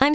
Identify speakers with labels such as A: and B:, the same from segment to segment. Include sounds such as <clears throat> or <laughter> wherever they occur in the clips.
A: I'm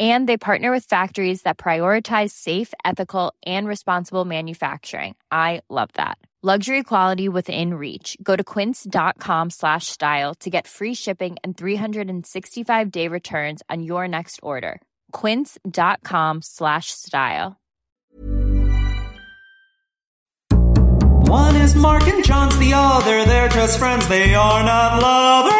B: And they partner with factories that prioritize safe, ethical, and responsible manufacturing. I love that. Luxury quality within reach. Go to quince.com slash style to get free shipping and 365 day returns on your next order. Quince.com slash style.
C: One is Mark and John's the other. They're just friends, they are not lovers.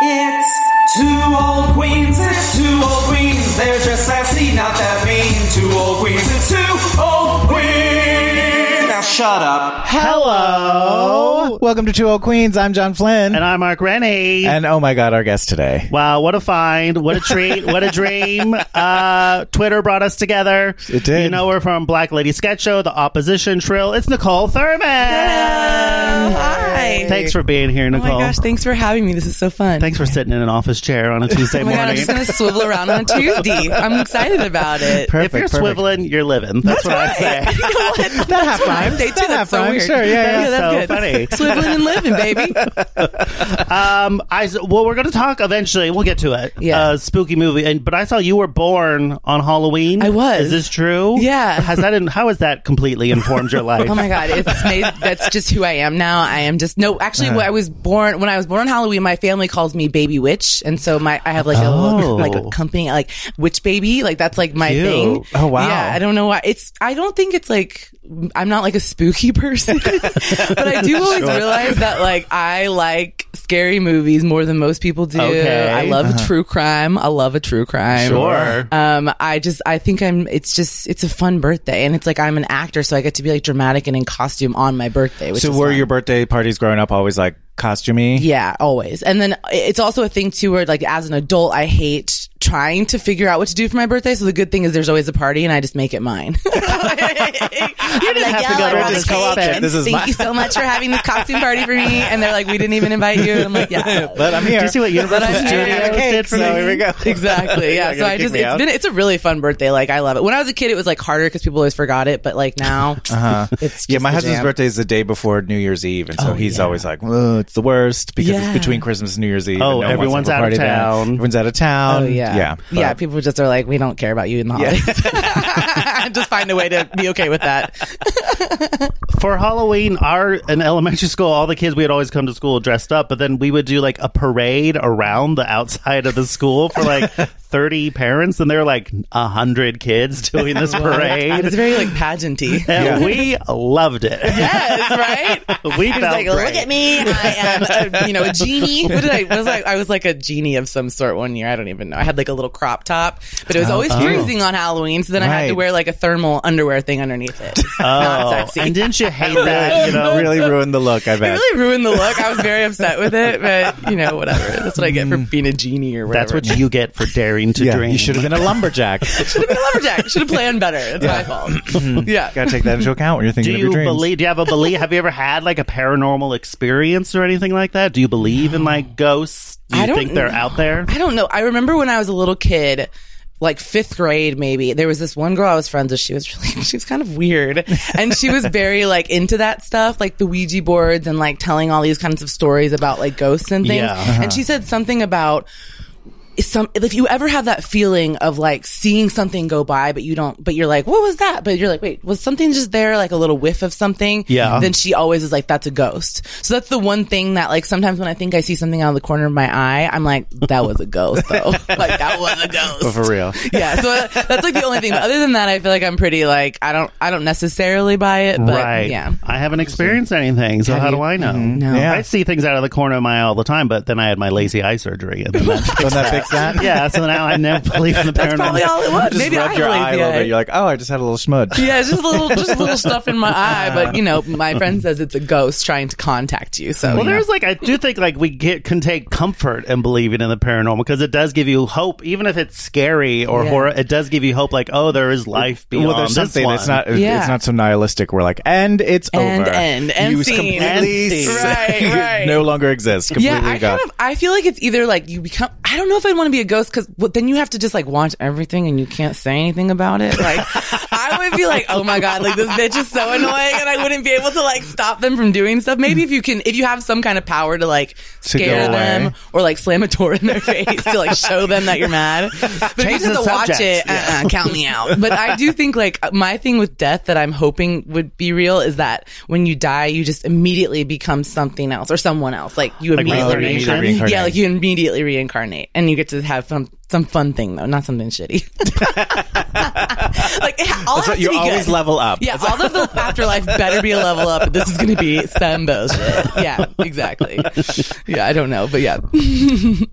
C: It's two old queens, it's two old queens. They're just sassy, not that mean. Two old queens, it's two old queens. Now shut up.
D: Hello.
E: Welcome to Two Old Queens. I'm John Flynn.
D: And I'm Mark Rennie.
E: And oh my God, our guest today.
D: wow, what a find. What a treat. what
E: <laughs>
D: a dream. Uh, Twitter brought us together.
E: It did.
D: You know, we're from Black Lady Sketch Show, The Opposition Trill. It's Nicole Thurman.
F: Hi.
D: Thanks for being here,
F: Oh
D: Nicole.
F: my gosh, thanks for having me. This is so fun.
D: Thanks for sitting in an office chair on a
F: <laughs>
D: Tuesday
F: Oh my god, I'm
D: morning.
F: just gonna swivel around on Tuesday. I'm excited about it. <laughs>
D: if you're swiveling, you're living. That's, what I say.
E: That half
F: what I
E: rhymes.
F: say, too.
E: That
F: That's
E: half
F: so
E: rhymes.
F: weird.
E: Sure, yeah, yeah.
F: Yeah,
D: so
F: that's
D: funny.
F: good. Swiveling and living, baby.
E: <laughs>
D: Um, I s- well, we're going to talk eventually. We'll get to it.
F: Yeah.
D: uh, spooky movie. And but I saw you were born on Halloween.
F: I was.
D: Is this true?
F: Yeah.
D: Has that? In, how has that completely
F: <laughs>
D: informed your life?
F: Oh my god,
D: <laughs>
F: it's made that's just who I am now. I am just no actually
D: Uh-huh.
F: when I was born when I was born on Halloween, my family calls me baby witch. And so my I have like a
D: Oh.
F: little like a company like witch baby. Like that's like my
D: Cute.
F: thing.
E: Oh, wow.
F: Yeah, I don't know why. It's I don't think it's like I'm not like a spooky <laughs> person. but I do always realize that like I like scary movies more than most people do.
D: Okay. Uh-huh.
F: I love true crime. I love a true crime.
D: Sure.
F: Um, I just, I think I'm, it's just, it's a fun birthday. And it's like, I'm an actor, so I get to be like dramatic and in costume on my birthday. Which
E: So
F: is
E: were
F: fun.
E: your birthday parties growing up always like costumey?
F: Yeah, always. And then it's also a thing too where like as an adult, I hate trying to figure out what to do for my birthday. So the good thing is there's always a party and I just make it mine. <laughs>
E: <laughs>
F: you didn't
D: have to go to this co-op event.
E: This is
F: Thank
E: mine."
F: you so much for having this costume party for me. And they're like, we didn't even invite you. And I'm like, yeah.
E: <laughs> But I'm here.
D: Do you see what Universal
F: But I-
D: Studios
F: I- I-
D: did for
E: so
D: me?
E: here we
D: <laughs>
E: go.
F: Exactly. Yeah.
E: You're
F: So
E: gonna
F: I
E: kick
F: just
E: me
F: it's
E: out?
F: been it's a really fun birthday. Like I love it. When I was a kid, it was like harder because people always forgot it. But like now,
E: Uh-huh.
F: it's just
E: yeah, my
F: the
E: husband's
F: jam.
E: birthday is the day before New Year's Eve,
D: Oh,
E: and so he's always like, "Ugh, "It's the worst" because
F: Yeah.
E: it's between Christmas and New Year's Eve.
D: Oh,
E: and no one wants
D: everyone's
E: to have a
D: out of
E: party then.
D: town.
E: Everyone's out of town.
F: Oh yeah,
E: yeah, but-
F: yeah. People just are like, we don't care about you in the
E: Yeah.
F: holidays. <laughs> just find a way to be okay with that.
D: for Halloween, our in elementary school, all the kids we would always come to school dressed up, but then we would do like a parade around the outside of the school for like thirty parents, and there were like hundred kids doing this parade.
F: It's very like pageanty.
D: <laughs> And we loved it.
F: Yes, right. <laughs> I
D: We
F: was
D: felt
F: like,
D: great.
F: look at me. I am, a, you know, a genie. What did I what was like? I was like a genie of some sort one year. I don't even know. I had like a little crop top, but it was always freezing on Halloween. So then I had to
E: Right.
F: wear like a thermal underwear thing underneath it. Not sexy.
D: Oh, And didn't you hate that? You know,
E: really ruined the
D: <laughs>
E: look.
F: <laughs>
E: I
F: it
E: bet.
F: really ruined the look. I was very upset with it, but you know, whatever. That's what I get for being a genie or whatever.
D: that's what you get for daring to
E: yeah,
D: dream.
E: you should have been a
D: <laughs>
E: lumberjack.
F: should have been a lumberjack. Should have planned better. It's my
D: <clears throat>
F: fault. yeah.
E: Got to take that into account when you're
D: Do
E: thinking of
D: you
E: your dreams.
D: believe? Do you have a belief? Have you ever had like a paranormal experience or anything like that? Do you believe in like ghosts? Do you
F: I don't
D: think they're
F: know.
D: out there?
F: I don't know. I remember when I was a little kid, like fifth grade, maybe there was this one girl I was friends with. She was really, <laughs> she was kind of weird, and she was very like into that stuff, like the Ouija boards and like telling all these kinds of stories about like ghosts and things.
D: Yeah, uh-huh.
F: And she said something about some if you ever have that feeling of like seeing something go by but you don't but you're like what was that but you're like wait was something just there like a little whiff of something
D: Yeah.
F: then she always is like that's a ghost so that's the one thing that like sometimes when i think i see something out of the corner of my eye i'm like that was a ghost
E: <laughs>
F: though like that was a ghost
E: But Oh, for real.
F: yeah so that's like the only thing but other than that i feel like i'm pretty like i don't i don't necessarily buy it but
D: right.
F: yeah
D: I haven't experienced anything, so how do I know?
E: Mm-hmm.
F: No. Yeah.
D: I see things out of the corner of my eye all the time, but then I had my lazy eye surgery, and then
F: <laughs>
D: that,
E: Doesn't that fix that?
D: yeah. So now I never believe in the
F: that's probably
D: paranormal.
F: all it was
E: Just
F: maybe
E: rub
F: I
E: your
F: really
E: eye a little bit. You're like, oh, I just had a little
F: <laughs>
E: smudge.
F: Yeah, it's just a little, just a
E: <laughs>
F: little stuff in my eye. But you know, my friend says it's a ghost trying to contact you. So
D: Well, there's like I do think like we get can take comfort in believing in the paranormal because it does give you hope, even if it's scary or
F: Yeah.
D: horror. It does give you hope, like oh, there is life beyond
E: Well, there's
D: this
E: something.
D: one.
E: It's not.
F: Yeah.
E: It's not so nihilistic. We're like, and it's
F: And
E: over.
F: end. And
E: you
F: scene.
E: completely
F: And
D: scene.
F: Right,
E: <laughs> you
F: right.
E: no longer exist. Completely
F: yeah, I
E: gone.
F: kind of I feel like it's either like you become I don't know if I'd want to be a ghost because then you have to just like watch everything and you can't say anything about it.
E: <laughs>
F: Like I would be like, oh my god, like this bitch is so annoying, and I wouldn't be able to like stop them from doing stuff. Maybe if you can, if you have some kind of power to like
E: To go
F: scare them
E: away.
F: or like slam a door in
E: <laughs>
F: their face to like show them that you're mad. But if you
D: Change
F: just have
D: the
F: to watch
D: subject.
F: it, uh-uh, count me out. But I do think like my thing with death that I'm hoping would be real is that when you die, you just immediately become something else or someone else. Like you
D: Like
F: immediately
D: reincarnation?
F: reincarnate.
E: Reincarnate.
F: Yeah, like you immediately reincarnate, and you get to have some some fun thing though, not something
E: <laughs>
F: shitty. like it ha- all
E: That's
F: has
E: what-
F: to
E: you
F: be
E: always
F: good.
E: level up.
F: Yeah, all of
E: <laughs>
F: the afterlife better be a level up. This is going to be some bullshit. Yeah,
E: <laughs>
F: exactly. Yeah, I don't know, but yeah.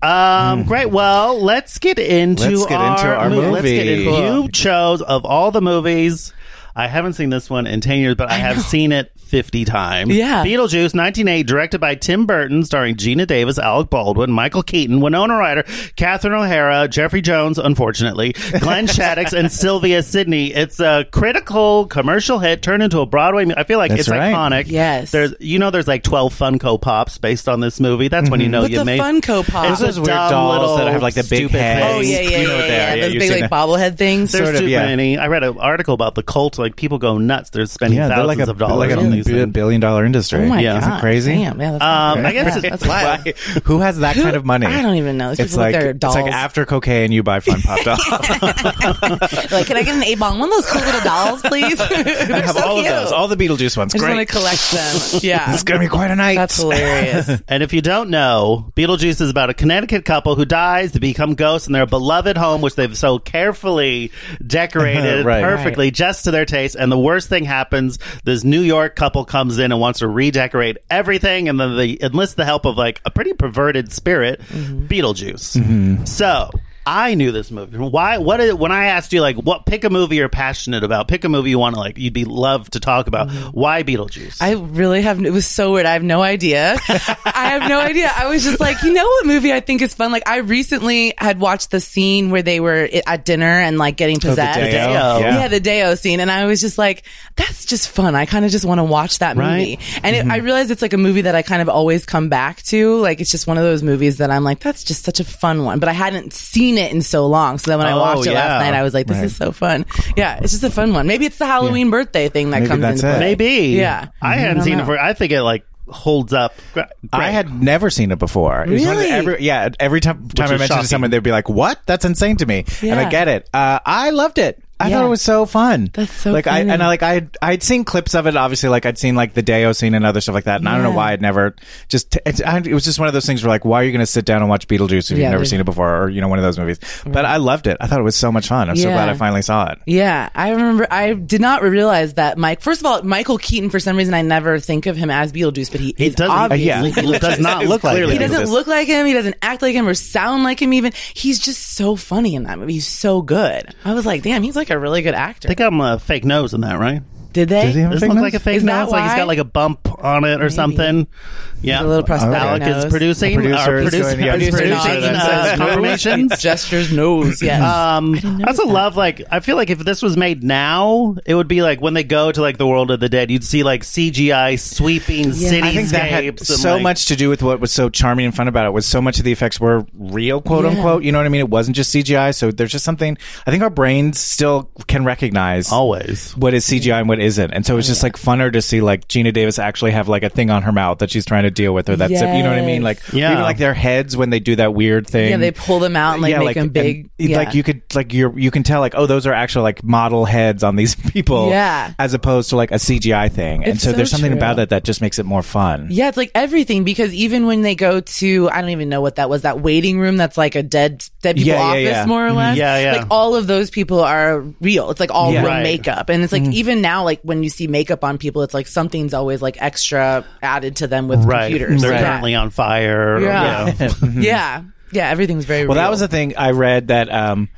D: Um, great. Well, let's get into
E: Hmm. Let's get
D: our
E: into our
D: movie. Let's get
E: movie.
D: into you chose of all the movies. I haven't seen this one in ten years, but I, have seen it fifty times.
F: Yeah.
D: Beetlejuice, nineteen eighty, directed by Tim Burton, starring Gina Davis, Alec Baldwin, Michael Keaton, Winona Ryder, Catherine O'Hara, Jeffrey Jones, unfortunately,
E: <laughs>
D: Glenn Shaddix, and Sylvia Sidney. It's a critical commercial hit turned into a Broadway. mu- I feel like
E: That's
D: it's
E: right.
D: iconic.
F: Yes.
D: there's you know there's like twelve Funko Pops based on this movie. That's when you know
F: What's
D: you
F: a
D: made
F: Funko Pop?
D: It's a
E: Those weird
D: dumb
E: dolls
D: little
E: that have, like, the big
D: stupid
E: heads.
D: thing.
F: Oh yeah, yeah,
E: You know
F: yeah,
E: what they
F: yeah.
E: are. Yeah,
F: Those
E: you've
F: big
E: seen
F: like
E: that.
F: bobblehead things.
D: There's
E: sort of,
D: too
E: yeah.
D: many. I read an article about the cult. Like people go nuts. They're spending
E: Yeah, they're
D: thousands
E: like a
D: of dollars
E: like a
D: on these.
E: bi-
D: things.
E: billion dollar industry.
F: Oh my
E: yeah,
F: god,
E: isn't it crazy?
F: Damn,
E: <laughs>
F: yeah, that's
D: Um,
F: crazy.
D: I guess
F: Yeah,
D: it's-
F: that's wild.
E: Who has that
F: Who-
E: kind of money?
F: I don't even know. Those
E: It's
F: people with
E: like
F: their
E: it's like
F: dolls.
E: after cocaine, you buy
F: <laughs>
E: fun pop dolls.
F: like, can I get an eight ball? One of those cool little dolls,
E: <laughs>
F: please. <laughs>
E: <laughs> I have all of those, all the Beetlejuice ones.
F: I just want to
E: Great.
F: collect
E: <laughs>
F: them. Yeah,
E: It's gonna be quite a night.
F: that's
E: <laughs>
F: hilarious.
D: <laughs> And if you don't know, Beetlejuice is about a Connecticut couple who dies to become ghosts in their beloved home, which they've so carefully decorated
E: Right.
D: perfectly just to their taste. And the worst thing happens this New York couple comes in and wants to redecorate everything. And then they enlist the help of like a pretty perverted spirit, Beetlejuice. So. I knew this movie. Why? What? Is, when I asked you, like, what pick a movie you're passionate about, pick a movie you want to like, you'd be love to talk about. Why Beetlejuice?
F: I really have. It was so weird. I have no
E: <laughs>
F: idea. I have no idea. I was just like, you know what movie I think is fun? Like, I recently had watched the scene where they were i- at dinner and like getting
E: Oh, the
F: possessed.
E: Deo.
D: Deo.
E: Yeah.
F: Yeah. the Deo scene, and I was just like, "That's just fun." I kind of just want to watch that
D: Right.
F: movie, and it, I realized it's like a movie that I kind of always come back to. Like, it's just one of those movies that I'm like, "That's just such a fun one," but I hadn't seen it in so long. So then when I
D: Oh,
F: watched it last
D: yeah.
F: night, I was like, "This is so fun." Yeah, it's just a fun one. Maybe it's the Halloween birthday thing that
E: Maybe
F: comes
E: that's
F: into
E: it.
F: play.
D: Maybe.
F: Yeah.
D: I hadn't
F: don't
D: seen
F: know.
D: it for. I think it like holds up. Gr-
E: I
D: great.
E: had never seen it before. It was one of the-
F: Really?
E: every, yeah. Every time, time I
D: is
E: mentioned it
D: shocking.
E: to someone, they'd be like, "What? That's insane to me." And I
F: Yeah.
E: get it. Uh, I loved it. I
F: Yeah.
E: thought it was so fun.
F: That's so
E: like
F: funny.
E: I and I like I I'd seen clips of it. Obviously, like I'd seen like the Deo scene and other stuff like that. And I don't know why I'd never just it's I, it was just one of those things where like why are you going to sit down and watch Beetlejuice if
F: Yeah,
E: you've never
F: there's-
E: seen it before or you know one of those movies? But I loved it. I thought it was so much fun. I'm so
F: Yeah.
E: glad I finally saw it.
F: Yeah, I remember. I did not realize that Mike. First of all, Michael Keaton. For some reason, I never think of him as Beetlejuice, but he
D: It
F: is
D: doesn't. uh,
F: obviously.
D: Yeah. It does not
E: It's
D: look like.
E: clearly
F: He
D: it.
E: Beetlejuice.
F: doesn't look like him. He doesn't act like him or sound like him. Even he's just so funny in that movie. He's so good. I was like, damn, he's like a really good actor.
D: They got him a fake nose in that, right?
F: Did they?
E: Does he have a
D: This
E: fake
D: looks
E: nose?
D: like a fake
F: Is that
D: nose. Like he's
F: why?
D: got like a bump on it or something. Yeah,
F: A little prosthetic
D: Alec
F: nose.
D: is producing.
E: A producer
D: our
E: is
D: producer,
E: doing- yeah,
D: is
E: producer
D: producing
E: nods and
D: uh,
F: <laughs>
E: says,
D: confirmations.
F: Gestures nose. Yes.
D: Um, I also love like I feel like if this was made now, it would be like when they go to like the world of the dead, you'd see like CGI sweeping cityscapes.
E: I think that had
D: and,
E: so
D: like-
E: much to do with what was so charming and fun about it was so much of the effects were real, quote unquote. You know what I mean? It wasn't just CGI. So there's just something I think our brains still can recognize
D: always.
E: what is CGI and what isn't. And so it's just like funner to see like Gina Davis actually have like a thing on her mouth that she's trying to deal with or that's you know what I mean? Like
D: Yes.
E: even like their heads when they do that weird thing.
F: yeah, they pull them out and like
E: Yeah,
F: make them
E: and-
F: big.
E: it-
F: yeah.
E: Like you could like you're you can tell like oh those are actual like model heads on these <laughs> people.
F: Yeah.
E: As opposed to like a CGI thing. and
F: It's
E: so,
F: so
E: there's something
F: true.
E: about it that just makes it more fun.
F: Yeah, it's like everything because even when they go to I don't even know what that was that waiting room that's like a dead dead people
E: Yeah, yeah,
F: office
E: yeah.
F: more or less.
D: Yeah, yeah.
F: Like all of those people are real. It's like all
E: Yeah. Mm.
F: real
D: Right.
F: makeup, and it's like even now like when you see makeup on people, it's like something's always like extra added to them with
D: Right,
F: computers.
D: they're
F: Yeah.
D: currently on fire.
F: Yeah. <laughs>
D: you know.
F: yeah, yeah, everything's very
E: Well,
F: real.
E: that was the thing I read that um,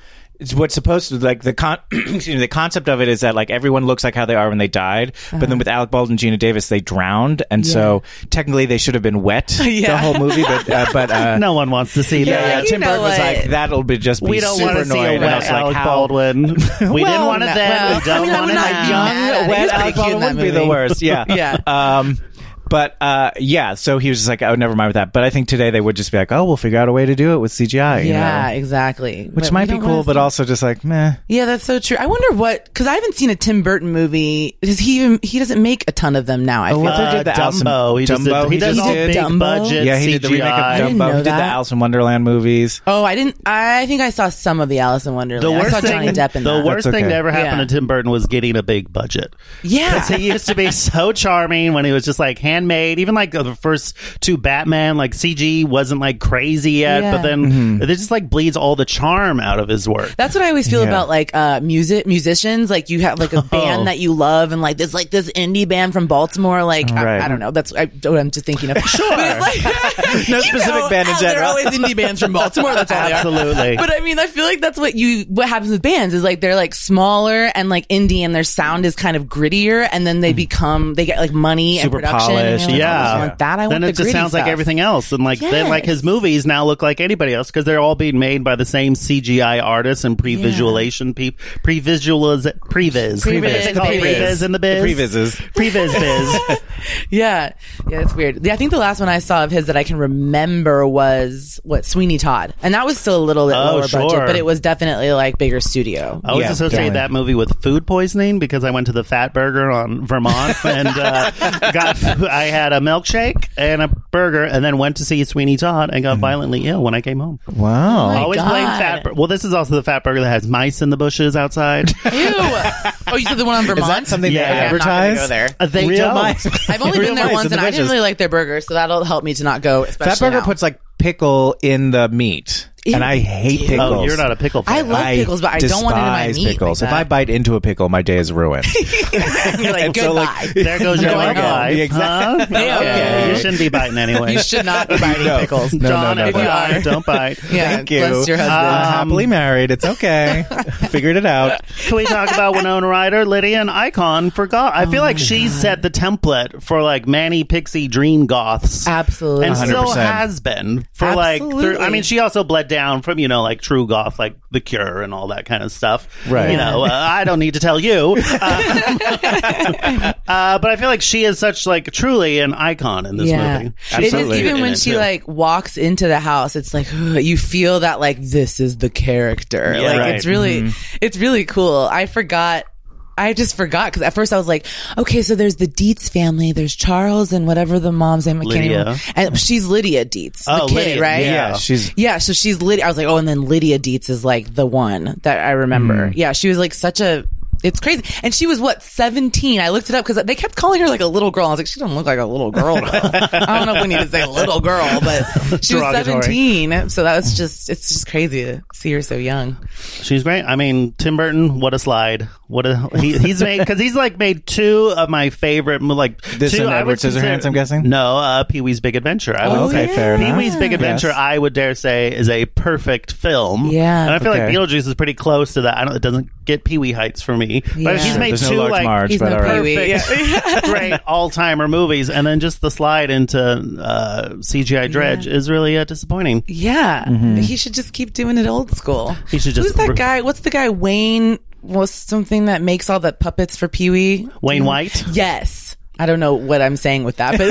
E: it's what's supposed to like the con- <clears throat> excuse me, the concept of it is that like everyone looks like how they are when they died, but
F: Uh-huh.
E: then with Alec Baldwin and Gina Davis, they drowned, and so technically they should have been
F: <laughs>
E: wet the whole movie, but uh, but uh,
D: no one wants to see
E: yeah,
D: that.
E: yeah,
F: you
E: Tim
F: know
E: Burton was
F: what?
E: like that'll be just be
D: We don't
E: super
D: want to see a
E: annoyed," and I
D: wet
E: was like,
D: Alec
E: how-
F: <laughs>
D: Baldwin. We didn't
F: Well,
D: want it
F: no-
D: then.
F: well,
D: we don't
F: I mean, I
D: want
F: would
D: it
F: not
D: now.
F: be
E: young
F: mad at it.
E: wet
F: He's pretty
E: Alec
F: cute in
E: Baldwin
F: that
E: would be the
F: movie.
E: worst. Yeah.
F: <laughs> Yeah.
E: Um, but uh, yeah, so he was just like, oh, never mind with that. But I think today they would just be like, oh, we'll figure out a way to do it with CGI. you
F: yeah,
E: know?
F: exactly.
E: Which
F: But we
E: might be
F: don't wanna
E: cool, but
F: see-
E: also just like, meh.
F: yeah, that's so true. I wonder what because I haven't seen a Tim Burton movie. Does he even he doesn't make a ton of them now? I feel
E: well,
F: like.
E: They did the
D: Uh,
E: Alice in-
D: Dumbo. He just
E: Dumbo,
D: did- He
E: he
D: does
E: just
D: all
F: did
D: big
F: Dumbo?
D: budget.
E: yeah, he did the remake of
D: CGI.
F: didn't
E: Dumbo.
F: know
E: He did the
F: that.
E: Alice in Wonderland movies.
F: Oh, I didn't. I think I saw some of the Alice in Wonderland.
D: The
F: I
D: worst
F: saw Johnny
D: thing,
F: Depp in
D: the
F: that.
D: worst
E: That's
D: thing
E: okay.
D: that ever happened
F: Yeah.
D: to Tim Burton was getting a big budget.
F: Yeah.
D: 'Cause he used
F: <laughs>
D: to be so charming when he was just like handmade. Even like the first two Batman, like CG wasn't like crazy yet,
F: Yeah. Mm-hmm.
D: but then it just like bleeds all the charm out of his work.
F: That's what I always feel
E: Yeah.
F: about like uh music musicians. Like you have like
D: <laughs> Oh.
F: a band that you love, and like there's like this indie band from Baltimore. Like
E: Right.
F: I, I don't know. That's I, what I'm just thinking
D: <laughs>
F: of. sure, <laughs>
E: No specific band
F: There
E: in
F: are
E: general.
F: always indie bands from Baltimore. That's all they are.
D: Absolutely.
F: But I mean, I feel like that's what you what happens with bands is like they're like smaller and like indie, and their sound is kind of grittier, and then they become they get like money
E: Super
F: and production. and
E: polished,
F: you're like,
D: Mm. yeah,
F: "Oh, I want that. I
D: then
F: want
D: it
F: the
D: just
F: gritty
D: sounds like
F: stuff."
D: everything else, and like then like his
F: Yes.
D: movies now look like anybody else because they're all being made by the same CGI artists and pre-visualization people, pre-visualiz, previs,
F: Previs,
D: It's called
F: the
D: previs
F: previs.
D: in the biz,
E: Previses.
D: previs biz.
F: Yeah, yeah, it's weird. Yeah, I think the last one I saw of his that I can remember was what Sweeney Todd, and that was still a little bit
D: Oh,
F: lower
D: sure.
F: budget, but it was definitely like bigger studio.
D: I always
E: <laughs> Yeah,
D: associate
E: yeah.
D: that movie with food poisoning because I went to the Fat Burger
E: <laughs>
D: on Vermont and uh, got food. I had a milkshake and a burger, and then went to see Sweeney Todd and got
E: Mm-hmm.
D: violently ill when I came home.
E: Wow.
D: always blame Fat. Bur- well, this is also the Fat Burger that has mice in the
E: <laughs>
D: bushes outside.
F: Ew! oh, you said the one on Vermont.
E: Is that something
D: Yeah,
E: they
D: yeah, I'm
F: not gonna
E: advertise?
F: go there.
D: Uh, they
E: Real
D: don't.
F: <laughs>
E: mice.
F: I've only
E: Real
F: been there
E: mice
F: once,
E: in the
F: and I didn't
E: bushes.
F: really like their burger, so that'll help me to not go. Especially
E: Fat Burger
F: now.
E: puts like pickle in the meat, and I hate pickles.
D: Oh, you're not a pickle fan.
F: I love pickles, but I don't want it in my
E: despise
F: meat like
E: pickles. if
F: that.
E: I bite into a pickle, my day is ruined.
F: <laughs> You're like goodbye.
E: so, like,
D: there goes your
F: Going
D: work
F: home.
D: life. Huh?
F: <laughs> okay.
D: You shouldn't be biting
E: <laughs>
D: anyway.
F: you should not be biting
E: No.
F: pickles.
E: No,
D: John,
E: no, no,
D: if
E: no.
D: you are, don't bite.
F: Yeah,
E: Thank you. Um,
F: bless your husband.
E: I'm happily married. It's okay. Figured it out.
D: Can we talk about Winona Ryder, Lydia, and Icon for goth? I
F: Oh
D: feel like she set the template for like Manny Pixie Dream Goths.
F: Absolutely.
D: And still
E: 100%.
D: has been for like. Through, I
F: Absolutely.
D: mean, she also bled down from you know like true goth, like The Cure and all that kind of stuff.
E: Right.
D: You know, uh, I don't need to tell
F: <laughs>
D: you. Uh, uh, but I feel like she is such like truly an icon in this movie. She's
E: Absolutely.
F: It is even
D: in
F: when
D: it,
F: she
D: too.
F: like walks into the house, it's like you feel that like this is the character.
D: Yeah,
F: like
D: right.
F: it's really it's really cool. I forgot I just forgot because at first I was like, okay, so there's the Dietz family, there's Charles and whatever the mom's name, I can't
D: Lydia.
F: even- and she's Lydia Dietz,
D: Oh,
F: the kid,
D: Lydia,
F: right?
E: Yeah, she's
F: Yeah, so she's Lydia. I was like, oh, and then Lydia Dietz is like the one that I
D: Hmm.
F: remember. Yeah, she was like such a. It's crazy, and she was what seventeen. I looked it up because they kept calling her like a little girl. I was like, she doesn't look like a little girl. Though.
D: <laughs>
F: I don't know if we need to say little girl, but she was
D: Derogatory.
F: seventeen. So that was just it's just crazy to see her so young.
D: She's great. I mean, Tim Burton, what a slide! What a he, he's made because he's like made two of my favorite mo- like
E: This
D: two,
E: and
D: I would
E: Edward Scissorhands,
D: consider-
E: I'm guessing?
D: No, uh, Pee Wee's Big Adventure. I would
E: okay,
D: say
E: fair
D: Pee
E: enough.
D: Wee's Big Adventure.
E: Yes.
D: I would dare say is a perfect film.
F: Yeah.
D: and I feel
E: Okay.
D: like Beetlejuice is pretty close to that. I don't. It doesn't get Pee Wee Heights for me. But he's
F: Sure,
D: made
E: There's
D: two
E: no large
D: like <laughs>
E: Marge,
F: He's
E: but
F: no
E: all right. <laughs>
F: Pee-wee.
D: perfect, great all timer movies, and then just the slide into uh, CGI Dredge is really uh, disappointing.
F: Yeah, he should just keep doing it old school.
D: Mm-hmm. He should just-
F: Who's that guy? What's the guy? Wayne was something that makes all the puppets for Pee Wee.
D: Wayne White.
F: Yes, I don't know what I'm saying with that, but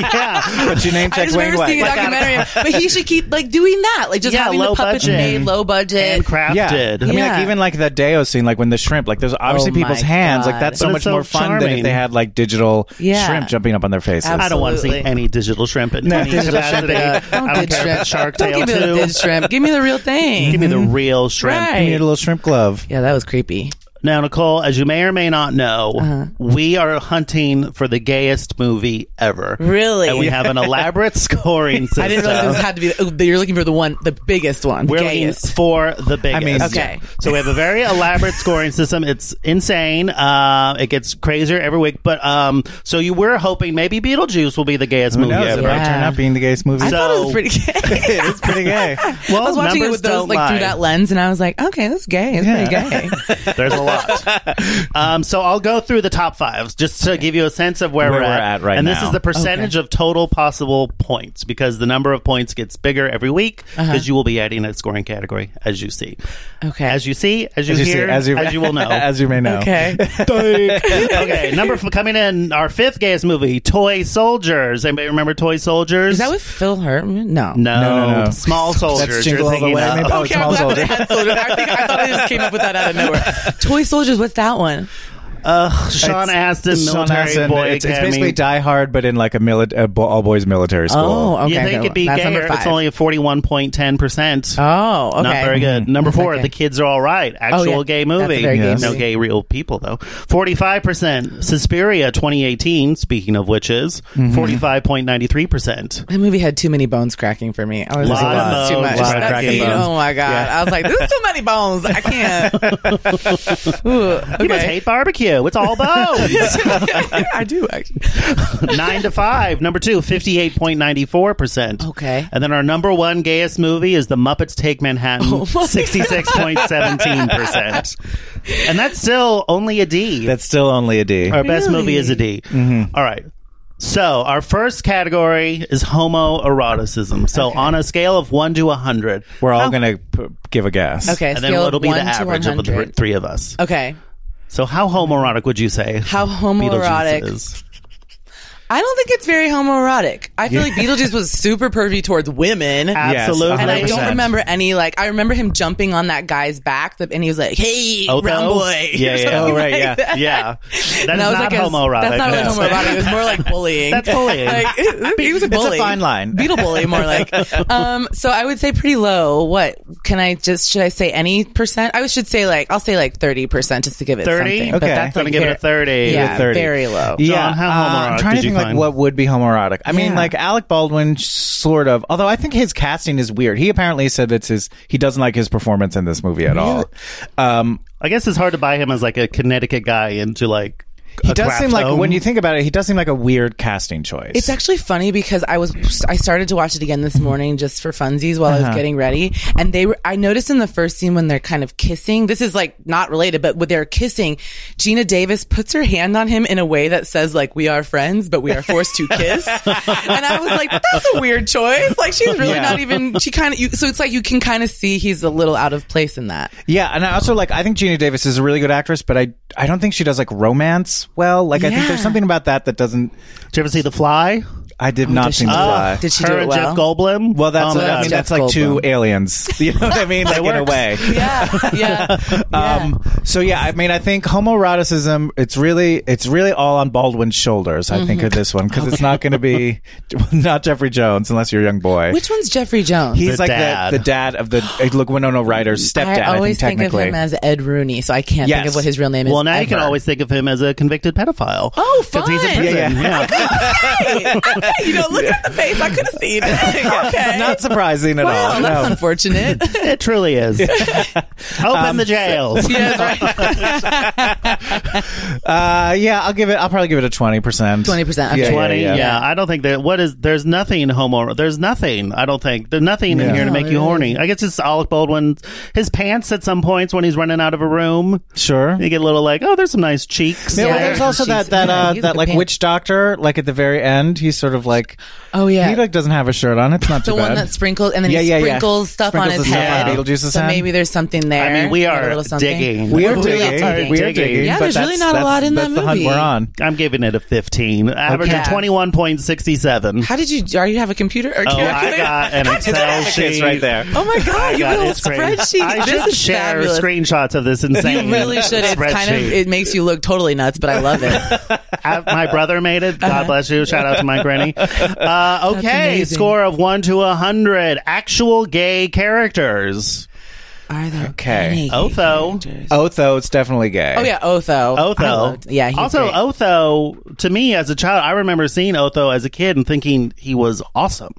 D: <laughs> yeah.
E: But your name
F: I
E: check
F: just
E: Wayne
F: remember seeing a
E: White.
F: documentary. but he should keep like doing that, like just
D: Yeah,
F: having
D: low
F: the puppets
D: budget.
F: made low budget.
D: And crafted.
E: Yeah. I mean,
F: Yeah.
E: like, even like the Deo scene, like when the shrimp, like there's obviously
F: Oh my
E: people's hands. Like
F: God.
E: that's
D: But
E: so
D: it's
E: much
D: so
E: more fun than
D: charming.
E: if they had like digital
F: Yeah.
E: shrimp jumping up on their faces.
D: I don't want to see
F: Absolutely.
D: any digital shrimp in any
F: digital shrimp
D: capacity.
F: it up.
D: I don't
F: Don't
D: care
F: digital
D: if it's
F: shrimp.
D: Shark
F: Don't
D: Tale
F: give me the
D: too.
F: dead shrimp. Give me the real thing.
D: Give me the real shrimp.
F: Right.
E: You need a little shrimp glove.
F: yeah, that was creepy.
D: Now, Nicole, as you may or may not know,
F: Uh-huh.
D: we are hunting for the gayest movie ever.
F: Really?
D: And we have an elaborate scoring
F: <laughs>
D: system.
F: I didn't realize it had to be. oh, You're looking for the one, the biggest one, the
D: We're
F: gayest.
D: looking for the biggest.
E: mean,
F: Okay.
D: So we have a very elaborate scoring system. It's insane. Uh, it gets crazier every week. But um, so you were hoping maybe Beetlejuice will be the gayest
E: Who
D: movie
E: knows? It
D: ever.
E: might turn out being the gayest movie.
F: I thought it was
D: So-
F: pretty gay. <laughs>
E: <laughs> it is pretty
D: <laughs>
E: gay.
D: Well,
F: I was watching it
D: numbers
F: with those
D: don't
F: like
D: lie.
F: through that lens, and I was like, okay, that's gay. It's pretty gay.
D: <laughs> There's a lot. <laughs> um, so I'll go through the top five just to give you a sense of where,
E: Where we're at right
D: and this
E: now.
D: is the percentage of total possible points because the number of points gets bigger every week
E: Uh-huh.
D: because you will be adding a scoring category as you see.
F: Okay.
D: As you see, as you,
E: As you see-
D: hear,
E: as you-
D: will know.
E: <laughs> as you may know.
F: Okay.
D: <laughs>
E: <laughs>
D: okay, number f- coming in, our fifth gayest movie, Toy Soldiers. Anybody remember Toy
F: <laughs>
D: Soldiers?
F: Is that with Phil Hartman? No.
D: no,
E: No, no, no.
D: Small Soldiers.
E: That's Jingle
D: you're
E: All the
D: thinking
E: Way.
D: of.
E: Maybe. Oh,
F: Okay, I'm
E: Small
F: glad
E: Soldier.
F: that it had soldier. I think I thought I just came up with that out of nowhere. <laughs> Toy soldiers. What's that one?
D: Ugh, Uh, Sean Astin,
E: Sean
D: military
E: Astin,
D: boy.
E: it's, it's
D: Academy.
E: basically Die Hard, but in like a, mili- a bo- all boys military school.
F: Oh, okay.
D: you think
F: okay,
D: it'd be
F: that's
D: gayer?
F: number
D: if It's
F: five.
D: only a forty-one point ten percent.
F: oh, okay.
D: Not very good. Number four,
F: Okay.
D: the kids are all right. Actual
F: Oh, yeah.
D: gay
F: That's a
D: movie.
F: very gay
D: No
F: movie.
D: gay real people though. Forty-five percent. Suspiria, twenty eighteen. Speaking of witches,
F: Mm-hmm.
D: forty-five point ninety-three percent.
F: That movie had too many bones cracking for me. I was
D: Lot
F: like,
D: of
F: this is too
D: bones,
F: much.
D: lot of
F: That
E: cracking
F: scene,
E: bones.
F: Oh my god! I was like, this is too many bones. I
D: <laughs>
F: can't. <laughs> Ooh, okay.
D: You must
F: <laughs>
D: hate barbecue. It's all bones.
F: I do
D: <laughs>
F: actually.
D: Nine to five. Number two, 58.94%.
F: Okay.
D: And then our number one gayest movie is The Muppets Take Manhattan,
F: Oh
D: 66.17%. and that's still only
F: <laughs>
D: a D.
E: That's still only a D.
D: our best movie is a D.
E: Mm-hmm.
D: All right. So our first category is homoeroticism. So on a scale of one to a hundred,
E: We're all going to p- give a guess.
F: Oh. Okay,
D: and then
F: scale of
D: it'll be the
F: one to
D: average of the
F: 100.
D: three of us.
F: Okay,
D: So how homoerotic would you say?
F: how
D: <laughs> Beetlejuice
F: homoerotic?
D: is?
F: I don't think it's very homoerotic. I feel like Beetlejuice was super pervy towards women.
E: Yes,
D: Absolutely.
F: And I don't
E: 100%.
F: remember any like I remember him jumping on that guy's back, the- and he was like, "Hey,
D: Otho?
F: round <laughs> boy."
D: Yeah,
F: or
D: yeah.
F: something
E: Oh, right,
F: like
E: yeah.
F: that. <laughs>
D: yeah, that's
F: And I
D: not
F: was like, "That's-
D: homoerotic.
F: That's not really
D: No.
F: homoerotic. It was more like bullying.
D: That's
F: <laughs>
D: bullying.
F: like, he was a
E: It's
F: bully.
E: a fine line.
F: Beetle bully, more like.
D: <laughs>
F: Um, so I would say pretty low. What can I just? Should I say any percent? I should say like I'll say like thirty percent just to give it
D: 30?
F: Something, but
E: Okay.
F: that's
D: I'm
F: like
D: gonna give it a
F: very-
D: 30.
F: Yeah,
E: 30.
F: very low.
E: Yeah,
D: how
E: uh,
D: homoerotic
E: I'm trying
D: did
E: to
D: you
E: think like
D: find?
E: what would be homoerotic. I mean,
F: Yeah.
E: like Alec Baldwin, sort of. Although I think his casting is weird. He apparently said that's his. He doesn't like his performance in this movie at all. Um,
D: I guess it's hard to buy him as like a Connecticut guy into like.
E: he
D: a
E: does
D: craft
E: seem like
D: home.
E: when you think about it, he does seem like a weird casting choice.
F: It's actually funny because I was I started to watch it again this
D: Mm-hmm.
F: morning just for funsies while
D: Uh-huh.
F: I was getting ready, and they were I noticed in the first scene when they're kind of kissing. This is like not related, but when they're kissing, Gina Davis puts her hand on him in a way that says like we are friends, but we are forced to kiss.
D: <laughs>
F: and I was like, that's a weird choice. Like she's really
E: Yeah.
F: not even. She kind of you. So it's like you can kind of see he's a little out of place in that.
E: yeah, and I also like. I think Gina Davis is a really good actress, but I I don't think she does like romance well. Like I think there's
F: Yeah.
E: something about that that doesn't.
D: Did you ever see The Fly?
E: I did not seem to fly.
F: Did she
D: Her
F: do it
D: and
F: well?
D: Jeff Goldblum.
E: well, that's
D: my
E: I
D: God.
E: mean,
F: Oh Jeff
E: that's like two
F: Goldblum.
E: aliens. <laughs> You know what I mean? Like in a way.
F: Yeah, <laughs>
D: <laughs>
F: yeah.
E: Um, so yeah, I mean, I think homoeroticism. It's really, it's really all on Baldwin's shoulders. I
F: Mm-hmm.
E: think of this one because it's not going to be <laughs> not Jeffrey Jones unless you're a young boy.
F: Which one's Jeffrey Jones?
E: He's
D: The
E: like
D: dad.
E: The, the dad of the uh, look Winona Ryder's stepdad.
F: I always
E: think
F: think of
E: technically.
F: him as Ed Rooney, so I can't
E: Yes.
F: think of what his real name is.
D: well, now you can
F: ever.
D: always think of him as a convicted pedophile.
F: Oh,
D: Because he's in
F: fun.
D: prison.
E: Yeah,
D: Yeah,
F: Right. you know, look at the face. I could have seen it. okay.
E: <laughs> Not surprising at
F: Wow,
E: all.
F: that's
E: No.
F: unfortunate.
D: It
F: <laughs>
D: truly is. Open
E: Um,
D: the jails.
F: yes, right. <laughs>
E: Uh, yeah, I'll give it. I'll probably give it a twenty percent.
F: 20%, okay.
E: Yeah, yeah,
D: 20 yeah,
E: yeah.
D: i don't think that what is there's nothing homo there's nothing i don't think there's nothing in
E: Yeah.
D: here to
F: No,
D: make you
F: really.
D: horny i guess it's alec baldwin his pants at some points when he's running out of a room
E: Sure.
D: you get a little like oh there's some nice cheeks
E: Yeah, well,
F: Yeah.
E: there's also that
F: She's-
E: that
F: yeah,
E: uh,
F: he's
E: that
F: a
E: like
F: pan-
E: witch doctor. Like at the very end, he's sort of like
F: Oh, yeah.
E: he like doesn't have a shirt on. It's
F: <laughs>
E: not
F: the
E: too
F: one
E: bad.
F: that sprinkles and then
E: Yeah,
F: he
E: yeah, yeah.
F: sprinkles stuff
E: Sprinkles
F: on his
E: the stuff
F: head.
E: on Beetlejuice's
F: so
E: head.
F: maybe there's something there.
D: i mean we
F: Got a
D: are
F: little something.
D: digging
E: we are
F: We're
E: digging.
F: digging.
E: We are digging.
F: Yeah,
E: but
F: there's
E: that's-
F: really not a
E: that's-
F: lot in
E: that's
F: that
E: the hunt
F: movie.
E: we're on.
D: i'm giving it a 15 average of
F: Okay.
D: 21.67
F: How did you? Are you have a computer or
D: oh i
F: calculator?
D: got an excel
F: <laughs>
D: sheet
F: Oh my
D: I
F: god, you
D: got
F: got a whole
D: it's great.
F: spreadsheet.
D: I
F: this
D: should
F: is
D: share
F: fabulous.
D: screenshots of this insane.
F: You really should. It's kind of
D: spreadsheet.
F: it makes you look totally nuts, but I love it.
D: I- my brother made it. God bless you. Shout out to
F: <laughs>
D: my granny. Uh, okay,
F: amazing.
D: score of one to a hundred. Actual gay characters.
F: Are there
E: Okay. Oh,
F: any
D: Otho.
F: characters?
E: Otho, it's definitely gay.
F: Oh yeah, Otho. I
D: Otho.
F: loved- yeah. He's
D: also
F: great.
D: Otho. To me, as a child, I remember seeing Otho as a kid and thinking he was awesome.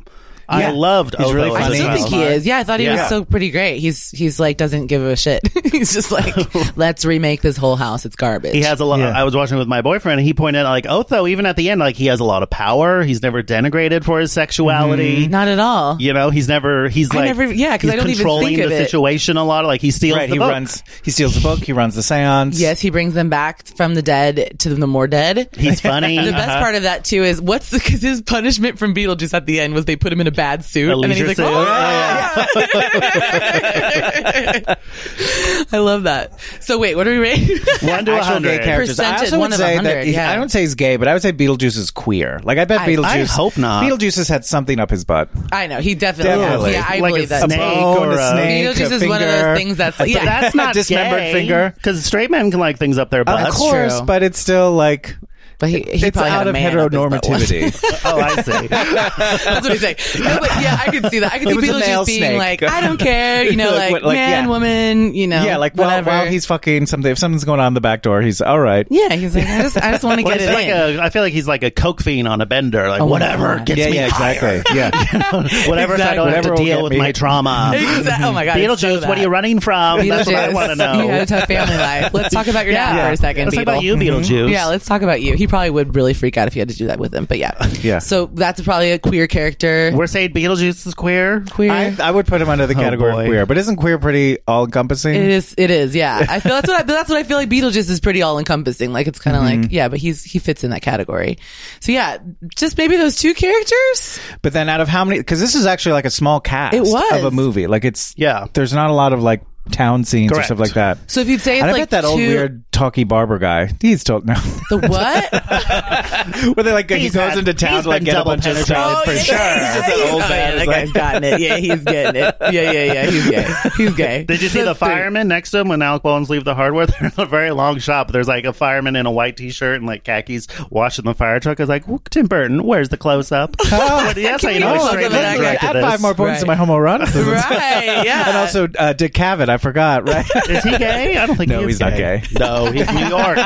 D: I
E: Yeah.
D: loved
E: He's
D: Otho.
E: really
D: as
F: I
D: a
E: funny.
F: still
D: child.
F: think he is. Yeah, I thought he
D: Yeah.
F: was so pretty great. He's he's like doesn't give a shit. <laughs> he's just
D: <laughs>
F: like, let's remake this whole house. It's garbage.
D: He has a lot.
E: Yeah.
D: I was watching with my boyfriend, and he pointed out, like Otho, even at the end, like he has a lot of power. He's never denigrated for his sexuality.
E: Mm-hmm.
F: not at all.
D: You know, he's never. He's
F: I
D: like,
F: never- yeah, 'cause
D: he's
F: I don't even
D: controlling
F: think of
D: the
F: it.
D: situation a lot. Like he steals
E: right.
D: the
E: He
D: book.
E: runs. He steals the book. He runs the seance.
F: Yes, he brings them back from the dead to the more dead.
D: He's
F: <laughs>
D: funny. Uh-huh.
F: The best part of that too is what's because his punishment from Beetlejuice at the end was they put him in a bad suit
D: A
F: and then he's
D: leisure
F: like,
D: suit.
F: "Oh,
E: <laughs>
D: Yeah,
F: <laughs> I love that. So wait, what are we rating?
D: One to
E: Actual
D: a
E: gay
D: hundred.
E: characters. I
F: Percentage,
E: also
F: one
E: would
F: of
E: say
F: 100,
E: that he-
F: yeah.
E: I don't say he's gay, but I would say Beetlejuice is queer. Like I bet
F: I- I
E: Beetlejuice.
D: hope not.
E: Beetlejuice has had something up his butt.
F: <laughs> I know he definitely, has.
E: Definitely.
F: Yeah, I
D: Like a
F: believe that.
E: a
F: too.
D: snake
E: bone,
D: or a-
E: a snake, a
F: Beetlejuice is one of those
E: finger,
F: things that's-
E: a-
F: yeah.
D: That's not
E: dismembered finger.
D: because straight men can like things up
F: <laughs>
D: their
E: Of
D: butts.
E: course,
F: true.
E: but it's still like
F: But he, he
E: it's
F: probably had
E: out
F: a
E: of
F: man up his butt once.
E: heteronormativity.
D: oh, I <laughs>
F: <laughs>
D: see.
F: That's what he's saying. No, but yeah, I could see that. I could
E: It
F: see
E: was a male
F: Beetlejuice being
E: snake.
F: like, I don't care, you know,
E: Like,
F: like,
E: what- like,
F: man,
E: yeah.
F: woman, you know,
E: <laughs> yeah, like while,
F: whatever.
E: while he's fucking something, if something's going on in the back door, he's all right.
F: yeah, he's like, I just, I just want to
D: <laughs> Well,
F: get
D: he's
F: it
D: like
F: in.
D: a, I feel like he's like a coke fiend on a bender. Like
F: Oh my
D: whatever
F: God.
D: gets
E: yeah,
D: me
E: yeah,
D: higher.
F: <laughs>
E: exactly. Yeah,
D: <laughs> Whatever, so I don't
E: Whatever
D: have
E: will
D: to deal
E: get
D: with
E: me.
D: my trauma.
F: Exact- Oh my god, it's so
D: Beetlejuice, what
F: that.
D: are you running from? That's what I
F: Beetlejuice,
D: want to know.
F: You had a tough family life. Let's talk about your dad
D: Yeah.
F: for a second.
D: Let's talk about
F: Beetle.
D: you, Beetlejuice.
F: Yeah, let's talk about you. He probably would really freak out if you had to do that with him. But yeah,
E: Yeah.
F: So that's probably a queer character.
D: We're saying Beetlejuice is queer.
F: queer.
E: I, I would put him under the category
D: boy.
E: of queer, but isn't queer pretty all encompassing?
F: Oh, it is. It is. Yeah. I feel that's what I. But that's what I feel like. Beetlejuice is pretty all encompassing. Like it's kind of
E: Mm-hmm.
F: like yeah. But he's he fits in that category. So yeah, just maybe those two characters.
E: But then, out of how many? Because this is actually like a small cast
F: It was.
E: of a movie. Like it's
D: Yeah.
E: There's not a lot of like town scenes or
D: Correct.
E: stuff like that.
F: So if you'd say it's
E: and I
F: like
E: bet that
F: two,
E: old weird talky barber guy. He's told <laughs> no.
F: the
E: <laughs>
F: what?
E: Where they like he
D: He's
E: goes
D: had-
E: into town
D: he's
E: to like
D: been
E: get a
D: double
E: bunch of
D: penetrated
E: stuff
D: for
E: He's
D: sure.
E: just an old
F: <laughs> Oh, yeah,
E: man.
F: that
E: He's
F: guy's
E: like-
F: gotten it. Yeah, he's getting it. <laughs> Yeah, yeah, yeah. He's gay. He's <laughs> gay.
D: Did you see the
F: That's three.
D: fireman next to him when Alec Baldwin's leave the hardware? <laughs> They're in a very long shop. There's like a fireman in a white t-shirt and like khakis washing the fire truck. I was like, "Whoa, Tim Burton, where's
F: <laughs>
D: the close-up? But yes, I
E: Oh,
F: we
D: know
F: all
D: a
F: look
D: straight
F: at Oh.
D: man
F: that?
D: directed
E: Add
D: this.
E: five more points to my
F: Right.
E: homo eroticism.
F: <laughs> Right. Yeah.
E: <laughs> And also uh, Dick Cavett. I forgot.
F: <laughs>
E: Right.
D: Is he gay? I don't think
E: No,
D: he is
E: he's not gay.
D: No, he's
F: <laughs>
D: New York.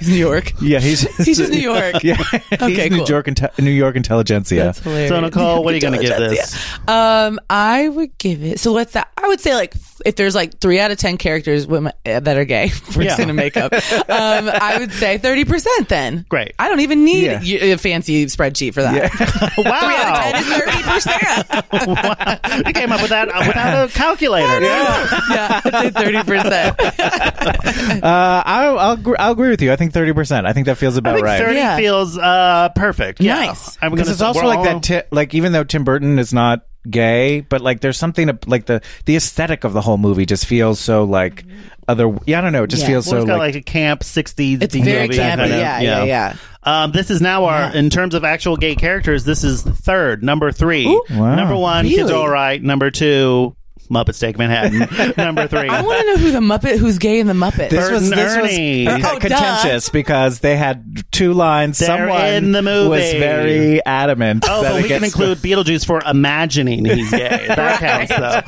F: he's New York.
E: yeah, he's
F: <laughs> He's just New York.
E: <laughs> Yeah.
F: Okay,
E: he's New
F: cool.
E: York inte- New York intelligentsia.
F: That's hilarious.
D: So Nicole, what are you going to give this?
F: Um, I would give it. So what's that? I would say like if there's like three out of ten characters women uh, that are gay, <laughs> we're
D: Yeah.
F: just gonna make up. um, I would say thirty percent. Then
D: Great.
F: I don't even need
E: Yeah.
F: y- a fancy spreadsheet for that. Three out of ten
D: Wow,
F: is thirty
D: <laughs>
F: percent.
D: you came up with that uh, without a calculator.
F: Yeah, I'd say thirty
D: <laughs>
F: percent.
E: Uh, I'll, I'll, gr- I'll agree with you. I think 30%. I think that feels
D: I
E: about
D: think
E: right.
D: thirty
F: Yeah.
D: feels uh, perfect. Yeah.
F: Nice.
D: I'm
E: because
D: gonna
E: it's
D: say
E: also
D: we're
E: like
D: all-
E: that. Ti- like even though Tim Burton is not gay, but like there's something ab- like the the aesthetic of the whole movie just feels so like other. Yeah, I don't know. It just
F: Yeah.
E: feels
D: Well,
E: so
D: it's got
E: like,
D: like, a camp 60s
F: It's
D: movie
F: very
D: kind
F: campy.
D: of-
F: Yeah, yeah, yeah.
D: Um, this is now our, in terms of actual gay characters, this is third, number three.
E: Wow.
D: Number one, kids
F: Really?
D: are all right. Number two, Muppets Take
E: <laughs>
D: Manhattan. number three.
F: I want to know who the Muppet, who's gay in the Muppet.
E: This was,
D: Bert and
E: this was
D: Ernie.
E: con-
F: Oh, duh.
E: contentious because they had two lines.
D: They're
E: Someone
D: in the movie.
E: was very adamant.
D: Oh,
E: that
D: but
E: it
D: we can
E: gets-
D: include Beetlejuice for imagining
E: <laughs>
D: he's gay. That counts, though.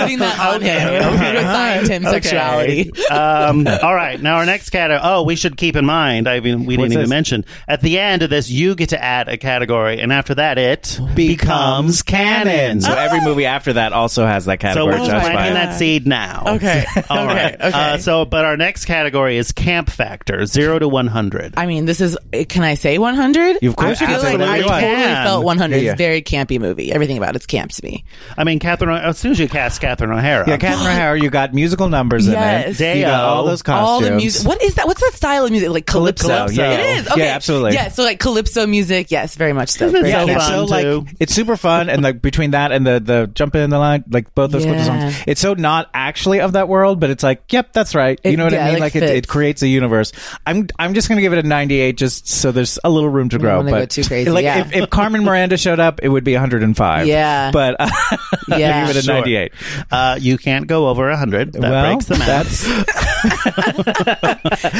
F: putting
D: <laughs>
F: that on
D: Okay,
F: him,
D: okay.
F: computer science him, sexuality.
D: Okay. Um, all right. Now, our next category. Oh, we should keep in mind. I mean, we didn't
E: What's
D: even
E: this?
D: mention. At the end of this, you get to add a category. And after that, it
E: becomes canon. So
D: So,
E: every movie after that also has that
D: Oh. so
E: category.
D: we're
E: just
D: planting
E: by-
D: that seed now.
F: Okay.
D: <laughs> All right.
F: Okay. Okay.
D: Uh, so, but our next category is camp factor, zero to 100.
F: I mean, this is. Can I say 100?
E: Of course
F: I feel
E: you can say
F: like I
E: whatever you want.
F: totally
D: Yeah.
F: felt 100.
E: Yeah.
F: It's a very campy movie. Everything about it's camp to me.
D: I mean, Catherine, O- as soon as you cast Catherine O'Hara.
E: Yeah, Catherine O'Hara, you got musical numbers
F: Yes.
E: in it. You got all those costumes.
F: All the music. What is that? What's that style of music? Like calypso.
E: Calypso, yeah.
F: It is. Okay.
E: Yeah, absolutely.
F: Yeah. So like calypso music. Yes, very much so.
D: Isn't it
F: Very
D: so
E: Yeah,
F: campy.
E: it's
D: fun,
E: so
D: too.
E: like it's super fun, and like between that and the the jumping in the line, like both those sorts of
F: Yeah.
E: songs, it's so not actually of that world, but it's like, yep, that's right. You
F: It-
E: know what
F: yeah,
E: I mean?
F: like,
E: Like it,
F: fits.
E: it creates a universe. I'm I'm just gonna give it a 98, just so there's a little room to grow.
F: wanna
E: But
F: go too crazy,
E: <laughs> like
F: yeah.
E: if, if Carmen Miranda showed up, it would be 105.
F: Yeah.
E: but <laughs> uh,
F: Yeah.
E: give it a
D: Sure.
E: 98.
D: Uh, you can't go over 100. That
E: well,
D: breaks the math.
E: that's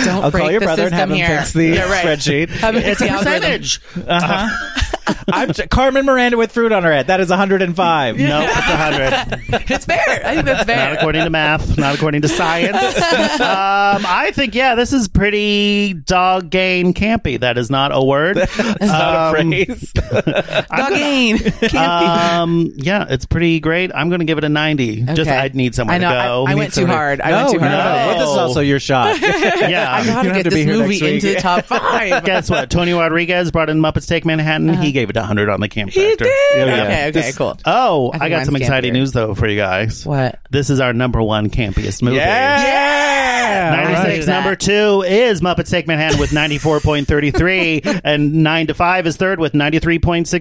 F: Don't
E: I'll
F: break
E: call your
F: the
E: brother and
F: system
E: have him
F: here.
E: fix the spreadsheet.
F: Have him fix the algorithm.
E: <laughs> I'm Carmen Miranda with fruit on her head. That is 105.
D: No, it's 100.
F: It's fair. I think that's
D: not
F: fair.
D: according to math, not according to science. um, I think, yeah, this is pretty dog game campy. That is not a
F: <laughs>
D: word.
E: It's not
D: Um,
E: a phrase.
D: <laughs>
F: Dogging.
D: Uh,
F: Campy.
D: Um, yeah, it's pretty great. I'm going to give it a 90. Just
F: Okay.
D: I'd need somewhere
F: I know.
D: to go. Oh,
F: I, I went too hard. I went too hard.
E: No,
F: on
E: no,
F: it.
E: no. This is also your <laughs> shot.
F: <laughs>
D: yeah.
F: I
E: You
F: gotta
E: have
F: get
E: to be
F: this
E: here
F: movie
E: next week.
F: into the
E: <laughs>
F: top five.
D: Guess what? Tony Rodriguez brought in Muppets Take Manhattan. He gave it 100 on the camp
F: Uh-huh. He
D: factor.
F: did.
E: yeah.
F: Okay. Okay.
E: This-
F: Cool.
D: Oh,
F: I
D: I,
F: think
D: got
F: mine's
D: some exciting
F: campier.
D: news though for you guys.
F: What?
D: This is our number one campiest movie.
E: Yeah.
D: 96.
F: All right.
D: Number two is Muppets Take Manhattan with
F: <laughs>
D: 94.33, and 9 to 5 is third with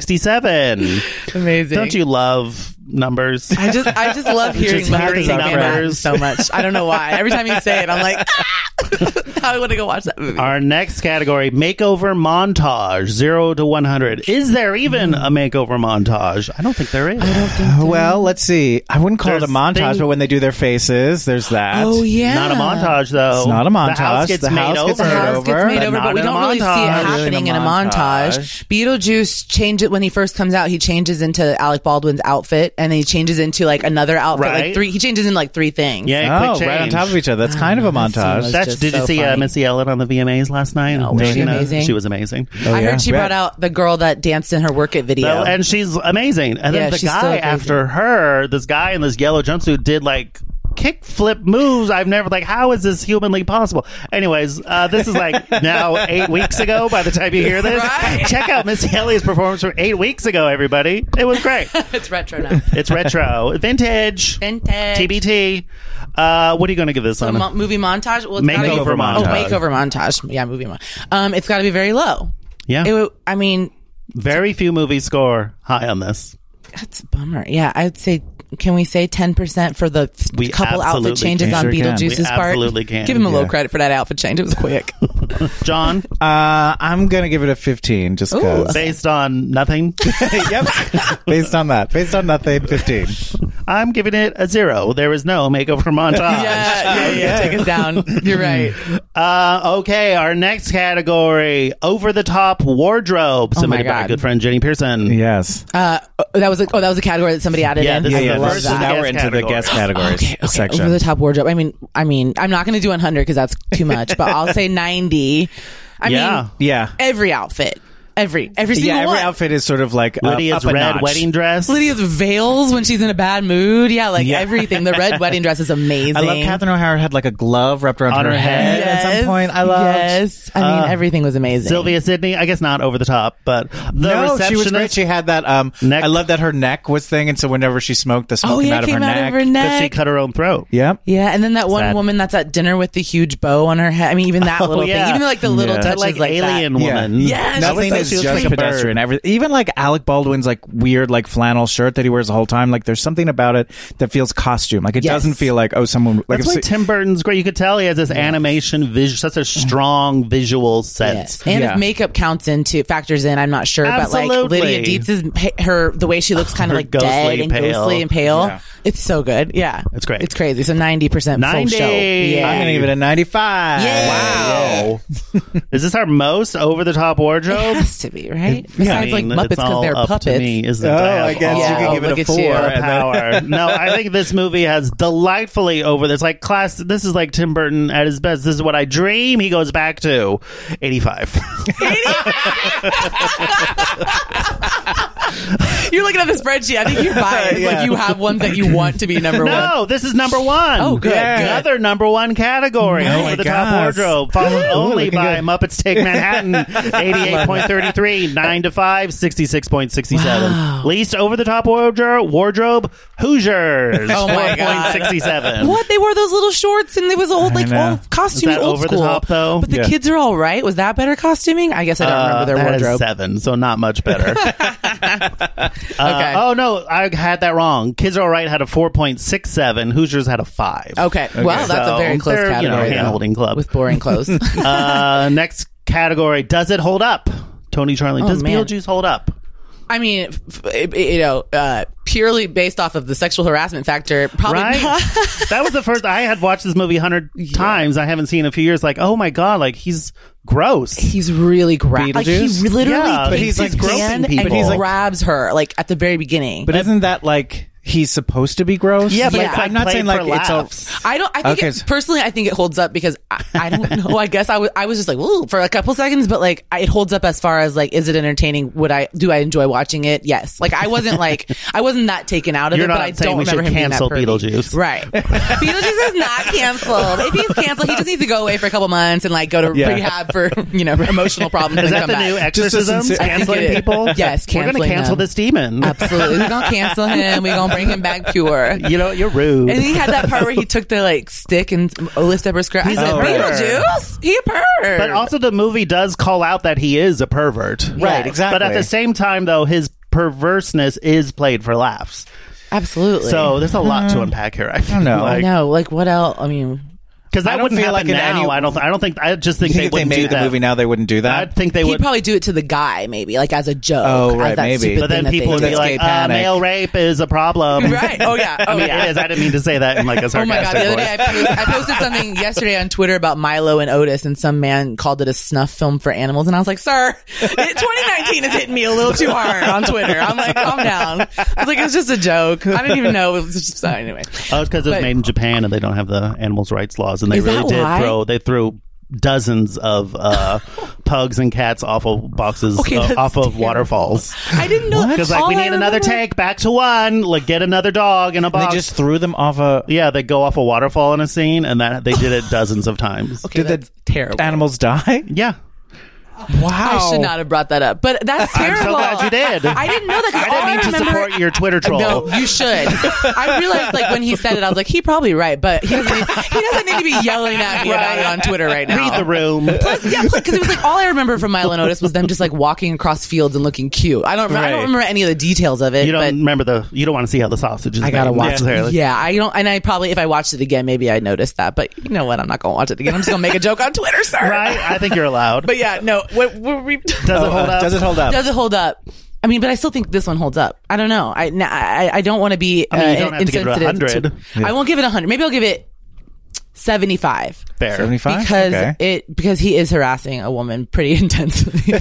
D: 93.67.
F: Amazing.
D: Don't you love numbers?
F: I just, I
D: <laughs>
F: just love hearing
D: Just
F: Muppet
D: hearing
F: Take
D: numbers.
F: Manhattan so much. I don't know why. Every time you say it, I'm like, ah! <laughs> I want to go watch that movie.
D: Our next category, makeover montage, 0 to 100. Is there even a makeover montage? I don't think there is.
F: Oh,
E: Well, let's see. I wouldn't call it
D: There's
E: a montage,
D: thing-
E: but when they do their faces, there's that.
F: oh yeah,
D: Not a montage, though.
E: It's not a
D: The house
E: montage.
D: gets
E: The
D: made
E: house gets
D: over.
F: The house
E: over,
F: gets made
E: but
F: over, but we
D: not
F: don't
D: in a
F: really see it
E: Not
D: montage.
E: really in a
F: happening in a montage. Beetlejuice changes when he first comes out. He changes into Alec Baldwin's outfit, and then he changes into like another outfit.
D: Right.
F: Like three, he changes in like three things.
D: Yeah, quick
E: Oh,
D: change.
E: right on top of each other. That's kind of a montage.
F: That's
D: That's,
F: just
D: did you
F: so
D: see uh,
F: funny.
D: Missy Ellen on the VMAs last night? No,
F: was she amazing?
D: She was amazing.
E: Oh,
F: I
E: yeah.
F: heard she
E: Yeah.
F: brought out the girl that danced in her work it video.
D: Well, and she's amazing. And
F: Yeah,
D: then the
F: she's so
D: guy
F: amazing.
D: after her, this guy in this yellow jumpsuit did like kick flip moves I've never like how is this humanly possible anyways uh, this is
E: <laughs>
D: like now eight weeks ago by the time you hear this
F: Right.
D: check out Miss Haley's performance from eight weeks ago everybody it was great
F: <laughs> it's retro
D: <laughs>
F: now.
D: it's retro vintage
F: Vintage.
D: TBT uh, what are you gonna give this
F: The
D: on
F: mo- movie montage. Well, it's gotta be-
D: Makeover
F: Oh,
D: montage.
F: makeover montage. Yeah, movie montage. Um, it's got to be very low.
D: yeah
F: It would, I mean,
D: very few movies score high on this
F: That's a bummer. Yeah, I'd say. Can we say ten percent for the f-
D: We
F: couple outfit
D: absolutely
F: changes
D: can.
F: on
E: Sure can.
F: Beetlejuice's
D: We
F: part?
D: absolutely can.
F: Give him a little credit for that outfit change. It was <laughs> quick.
D: John
E: <laughs> Uh, I'm going to give it a 15 just because.
D: based on
E: <laughs>
D: nothing
E: yep. Based on that. Based on nothing, 15.
D: I'm giving it a zero. There is no makeover
F: <laughs>
D: montage.
F: yeah, yeah, yeah. Take us down. You're right.
D: Uh, okay, our next category over the top wardrobe.
E: Oh
D: Submitted by
F: God.
D: good friend Jenny Pearson.
E: Yes.
F: Uh, oh, that was a, oh, that was a category that somebody added
D: Yeah,
F: in.
D: this
E: yeah,
D: I
E: yeah.
D: love
E: this-
D: that.
E: now we're into
D: Guest
E: the guest categories
F: Okay, okay.
E: section.
F: Over the top wardrobe. I mean, I mean, I'm not going to do 100 because that's too much, but I'll say 90. I
D: Yeah.
F: mean,
E: yeah.
F: every outfit, every every single
E: Yeah, every
F: one.
E: outfit is sort of like uh,
D: Lydia's
E: up a
D: red
E: notch.
D: wedding dress.
F: Lydia's veils when she's in a bad mood. Yeah, like
E: Yeah.
F: everything. The
E: <laughs>
F: red wedding dress is amazing.
E: I love Catherine O'Hara had like a glove wrapped around
D: On
E: her,
D: her
E: head at some
F: Yes,
E: point. I loved. uh,
F: Yes, I mean everything was amazing.
D: Sylvia Sidney. I guess not over the top, but the
E: no,
D: receptionist.
E: she was great. She had that. Um,
D: Neck.
E: I love that her neck was thing, and so whenever she smoked, the smoke
F: oh
E: came
F: yeah,
E: out,
F: it
E: of,
F: came
E: her
F: out
E: neck.
F: of her neck.
D: she cut her own throat.
E: Yep.
F: yeah, and then that one
D: Sad.
F: woman that's at dinner with the huge bow on her head. I mean, even that
D: Oh,
F: little
D: yeah.
F: thing, even like the little
E: Yeah.
F: touches
D: Like,
F: like
D: alien
F: that.
D: woman.
F: Yeah. Yes.
E: Nothing
F: She
E: is
F: looks
E: just
F: like a bird.
E: pedestrian. Everything, even like Alec Baldwin's like weird like flannel shirt that he wears the whole time. Like there's something about it that feels costume. Like it
F: Yes.
E: doesn't feel like oh someone like
D: That's
E: if
D: why
E: so-
D: Tim Burton's great. You could tell he has this animation visual, such a strong visual
F: Yes.
D: sense.
F: And
E: Yeah.
F: if makeup counts into factors in, I'm not sure, but
D: Absolutely.
F: like Lydia Dietz's her the way she looks kind
D: Her
F: of like
D: ghostly
F: dead and
D: pale.
F: ghostly and pale. It's so good. Yeah.
D: It's great.
F: It's crazy. So 90% full
D: 90.
F: show. Yeah.
E: I'm gonna give it a 95.
D: Wow. <laughs> Is this our most over the top
F: it
D: wardrobe?
F: has to be, right? Besides like Muppets
D: it's
F: because
D: all
F: they're
D: up
F: puppets.
D: To me, isn't it?
E: Oh,
D: have
E: I guess
D: all
F: Yeah.
E: you could
F: look
E: give
F: at
E: it a
F: you.
E: <laughs> four.
D: the
E: and then-
D: power. no, I think this movie has delightfully over. It's like class. This is like Tim Burton at his best. This is what I dream. He goes back to eighty five.
F: <laughs> You're looking at the spreadsheet. I think you're biased.
E: Yeah.
F: Like you have ones that you want to be number one.
D: no, this is number one.
F: Oh, good, Yeah. good.
D: Another number one category
E: Oh, my
D: over the
E: gosh.
D: top wardrobe, followed only
E: looking
D: by
E: good.
D: Muppets
F: <laughs>
D: Take Manhattan, eighty-eight point thirty-three, nine to five, sixty-six point sixty-seven. Least over the top wardrobe, wardrobe Hoosiers,
F: Oh, my God.
D: 4.67.
F: What they wore those little shorts and it was old like
E: know.
F: old costume
D: Is that
F: old
D: over the
F: school.
D: top, though? Uh,
F: But the
E: Yeah.
F: kids are all right. Was that better costuming? I guess I don't remember their
D: That is
F: wardrobe.
D: seven, so not much better.
F: <laughs>
D: Uh,
F: Okay.
D: Oh no, I had that wrong. Kids Are Alright had a four point six seven. Hoosiers had a five.
F: Okay. Well, that's
D: So
F: a very close
D: they're,
F: category.
D: You know,
F: though,
D: hand-holding club.
F: with boring
D: <laughs>
F: clothes.
D: uh, next category: Does it hold up? Tony Charlie, does
F: Oh, man.
D: Beetlejuice hold up?
F: I mean, f- f- you know, uh, purely based off of the sexual harassment factor, probably
D: Right?
F: not.
D: <laughs> that was the first I had watched this movie a hundred times. I haven't seen in a few years. Like, oh my god, like he's gross.
F: He's really grabs. Like he
E: Beetlejuice?
F: literally
D: Yeah, but
F: takes
D: he's, like,
F: his
D: groping
F: hand
D: people.
F: and
D: But he's, like-
F: grabs her like at the very beginning.
E: But isn't that like he's supposed to be gross?
D: Yeah, but
F: Yeah.
D: it's like
F: I'm
E: not
D: played
E: saying,
D: for
E: like, it's a-
D: laughs.
F: I don't. I think
E: Okay,
F: it,
E: so-
F: personally, I think it holds up because I, I don't <laughs> know. I guess I was. I was just like, ooh, for a couple seconds, but like, I, it holds up as far as like, is it entertaining? Would I do I enjoy watching it? Yes. Like, I wasn't like, I wasn't that taken out of
D: You're
F: it,
D: not
F: but I don't
D: saying we
F: remember
D: should
F: him being
D: cancel
F: that pervy.
D: Beetlejuice.
F: right? Beetlejuice is not canceled. If he's canceled, he just needs to go away for a couple months and like go to
E: Yeah.
F: rehab for you know emotional problems.
D: Is
F: and
D: that
F: come
D: the
F: back.
D: new
F: <laughs>
E: Just a
D: exorcism?
E: sincere- I think
D: Canceling
F: it is.
E: <laughs>
D: people?
F: Yes,
D: we're gonna
F: canceling
D: cancel
F: them.
D: this demon.
F: Absolutely, we're gonna cancel him. We're gonna bring him back pure.
D: You know, you're rude.
F: And he had that part where
D: <laughs>
F: he took the like stick and lifted up her skirt. I said,
E: a pervert.
F: Beetlejuice, he a pervert.
D: But also, the movie does call out that he is a pervert.
E: Right, Yeah. exactly.
D: But at the same time, though, his perverseness is played for laughs.
F: absolutely.
D: So there's a lot
E: Hmm.
D: to unpack here. I feel
E: know.
F: I
D: like
F: know, <laughs> like what else? I mean,
D: because
E: I
D: that
E: don't
D: wouldn't
E: feel
D: happen
E: like in
D: now.
E: any-
D: I don't. I don't think. I just think,
E: You think if
D: they
E: they
D: wouldn't do
E: made the
D: that.
E: movie now, they wouldn't do
D: I
E: that.
D: think they
F: he'd
D: would.
F: probably do it to the guy, maybe like as a joke.
E: Oh,
F: as
E: right,
F: that
E: maybe.
F: stupid
D: but then
F: thing that they
D: people would
F: do.
D: be
E: That's gay
D: like, uh,
E: panic.
D: "Male rape is a
F: <laughs>
D: problem."
F: right? Oh yeah, oh
D: <laughs> I mean,
F: yeah.
D: it is. I didn't mean to say that in like a
F: <laughs> Oh my god!
D: sarcastic
F: The other day, I,
D: voice.
F: post, I posted
D: <laughs>
F: something yesterday on Twitter about Milo and Otis, and some man called it a snuff film for animals, and I was like, "Sir, it- 2019 is hitting me a little too hard on Twitter." I'm like, "Calm down." I was like, "It was just a joke. I didn't even know it was just anyway."
D: Oh, it's because it was
F: But-
D: made in Japan and they don't have the animals' rights laws, and they
F: Is
D: really
F: that
D: did
F: why?
D: throw they threw dozens
F: <laughs>
D: of uh, pugs and cats off of boxes
F: Okay,
D: uh,
F: that's
D: off of waterfalls.
F: <laughs> I didn't know.
D: Because like
F: All
D: we
F: I
D: need another
F: remember-
D: tank, back to one. Like get another dog in a
E: And
D: box.
E: they just threw them off a.
D: yeah, they go off a waterfall in a scene, and that they
F: <laughs>
D: did it dozens of times.
F: Okay,
E: Did
F: that's
E: the
F: terrible. <laughs>
E: Animals die.
D: Yeah,
E: Wow.
F: I should not have brought that up, but that's
D: I'm
F: terrible.
D: so glad you did.
F: I didn't know that. 'cause
D: I didn't
F: all
D: mean to
F: remember-
D: support your Twitter troll.
F: No, you should. I realized, like when he said it, I was like, he probably right, but he doesn't need, he doesn't need to be yelling at me about it on Twitter right now.
D: Read the room.
F: Plus, yeah, because it was like all I remember from Milo and Otis was them just like walking across fields and looking cute. I don't, I
D: Right.
F: don't remember any of the details of it.
D: You don't
F: but
D: remember the. You don't want to see how the sausage is.
F: I gotta
D: made
F: watch
D: necessarily.
F: it. Yeah, I don't, and I probably if I watched it again, maybe I noticed that. But you know what? I'm not gonna watch it again. I'm just gonna make a joke on Twitter, sir. <laughs>
D: Right. I think you're allowed.
F: But yeah, no. What, what we,
D: does
E: <laughs>
D: it hold up?
E: Uh, Does it hold up?
F: does it hold up? I mean, but I still think this one holds up. I don't know. I n- I, I don't want to be
D: I mean, you
F: uh,
D: don't have to give it
F: insensitive.
D: 100.
F: to- I won't give it hundred. Maybe I'll give it seventy-five
D: Fair.
E: Seventy-five.
F: because
E: Okay.
F: it because he is harassing a woman pretty <laughs> intensely.
E: Uh.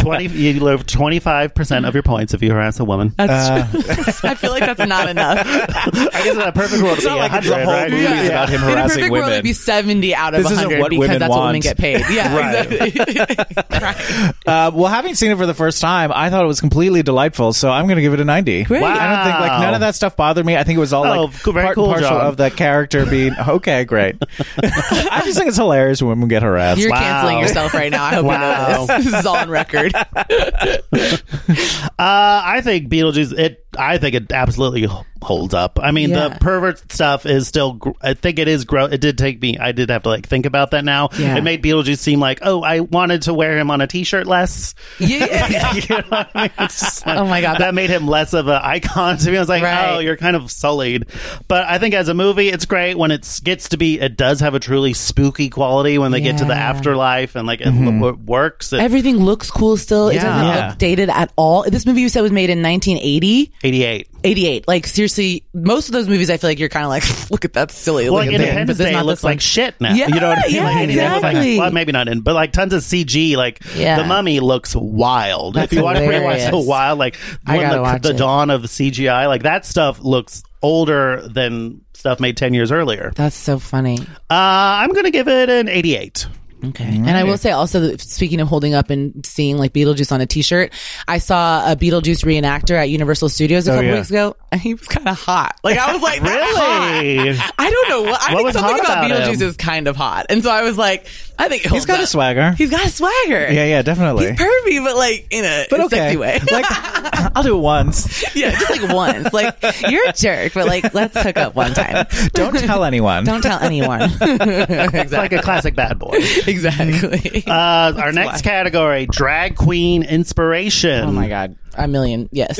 D: 20, you live 25% of your points if you harass
F: <laughs>
D: a woman.
F: That's true. <laughs> I feel like that's not
E: <laughs>
F: enough.
D: I guess in a perfect world, it's
E: not like it's a whole movie
F: Yeah.
E: about him
F: In a
E: harassing
F: perfect world,
E: women.
F: it'd be seventy out of
E: This isn't
F: hundred
E: what
F: because
E: women
F: that's what women
E: want.
F: get paid. Yeah,
E: Right.
F: exactly. <laughs> right.
E: Uh, well, having seen it for the first time, I thought it was completely delightful. So I'm going to give it a 90.
F: Great.
E: I don't think like none of that stuff bothered me. I think it was all
D: Oh,
E: like
D: cool- very
E: part
D: cool,
E: and partial
D: John.
E: of the
F: <laughs>
E: character being okay. Great. <laughs> I just think it's hilarious when women get harassed.
F: You're
D: Wow.
F: canceling yourself right now. I hope you know <laughs>
D: Wow.
F: this. This is all on record.
D: Uh, I think Beetlejuice. It. I think it absolutely h- holds up. I mean,
F: Yeah.
D: the pervert stuff is still. Gr- I think it is gross. It did take me. I did have to like think about that now.
F: Yeah.
D: It made Beetlejuice seem like, oh, I wanted to wear him on a t-shirt less. <laughs>
F: <laughs> Yeah.
D: You know what I mean? It's just like-
F: Oh my God.
D: that made him less of an icon to me. I was like,
F: Right.
D: oh, you're kind of sullied. But I think as a movie, it's great when it gets to be. It does have a truly spooky quality when they get to the
F: Yeah.
D: afterlife and like it l- it works. It,
F: Everything looks cool still. It
D: Yeah.
F: doesn't
D: Yeah.
F: look dated at all. This movie you said was made in 1980.
D: 88.
F: 88. Like, seriously, most of those movies, I feel like you're kind of like, <laughs> look at that silly.
D: Well,
F: look
D: like
F: at that,"
D: Independence
F: but it's
D: Day
F: not
D: looks
F: this one.
D: like shit now.
F: Yeah,
D: you know what I mean?
F: yeah,
D: like, Independence Day looks like-
F: exactly.
D: well, maybe not in, but like tons of CG. Like
F: Yeah.
D: the Mummy looks wild.
F: That's
D: if you watch
F: hilarious.
D: rewatch the wild, like
F: I
D: when
F: gotta
D: the,
F: watch
D: the
F: it.
D: dawn of CGI, like that stuff looks older than stuff made ten years earlier.
F: That's so funny.
D: Uh, I'm gonna give it an 88.
F: Okay. And I will say also, that speaking of holding up and seeing like Beetlejuice on a T-shirt, I saw a Beetlejuice reenactor at Universal Studios
D: Oh,
F: a couple
E: yeah.
F: weeks ago, and he was kind of hot. Like I was like, that's
D: Really?
F: hot. I don't know what. I
D: What
F: think
D: was
F: something
D: hot
F: about,
D: about
F: Beetlejuice
D: him?
F: is kind of hot, and so I was like, I think it
E: He's
F: holds
E: got a
F: up.
E: swagger.
F: He's got a swagger.
E: yeah, yeah, definitely.
F: He's pervy, but like in a
E: but
F: in a
E: okay.
F: sexy way. <laughs>
E: <laughs> like I'll do it once.
F: yeah, just like once. Like
E: <laughs>
F: you're a jerk, but like let's hook up one time.
E: Don't tell anyone.
F: Don't tell
E: <laughs>
F: anyone.
D: It's like a classic
F: <laughs>
D: bad boy.
E: <laughs>
F: exactly.
D: Uh, our next category: drag queen inspiration.
F: Oh my god, a million. <laughs> Yes.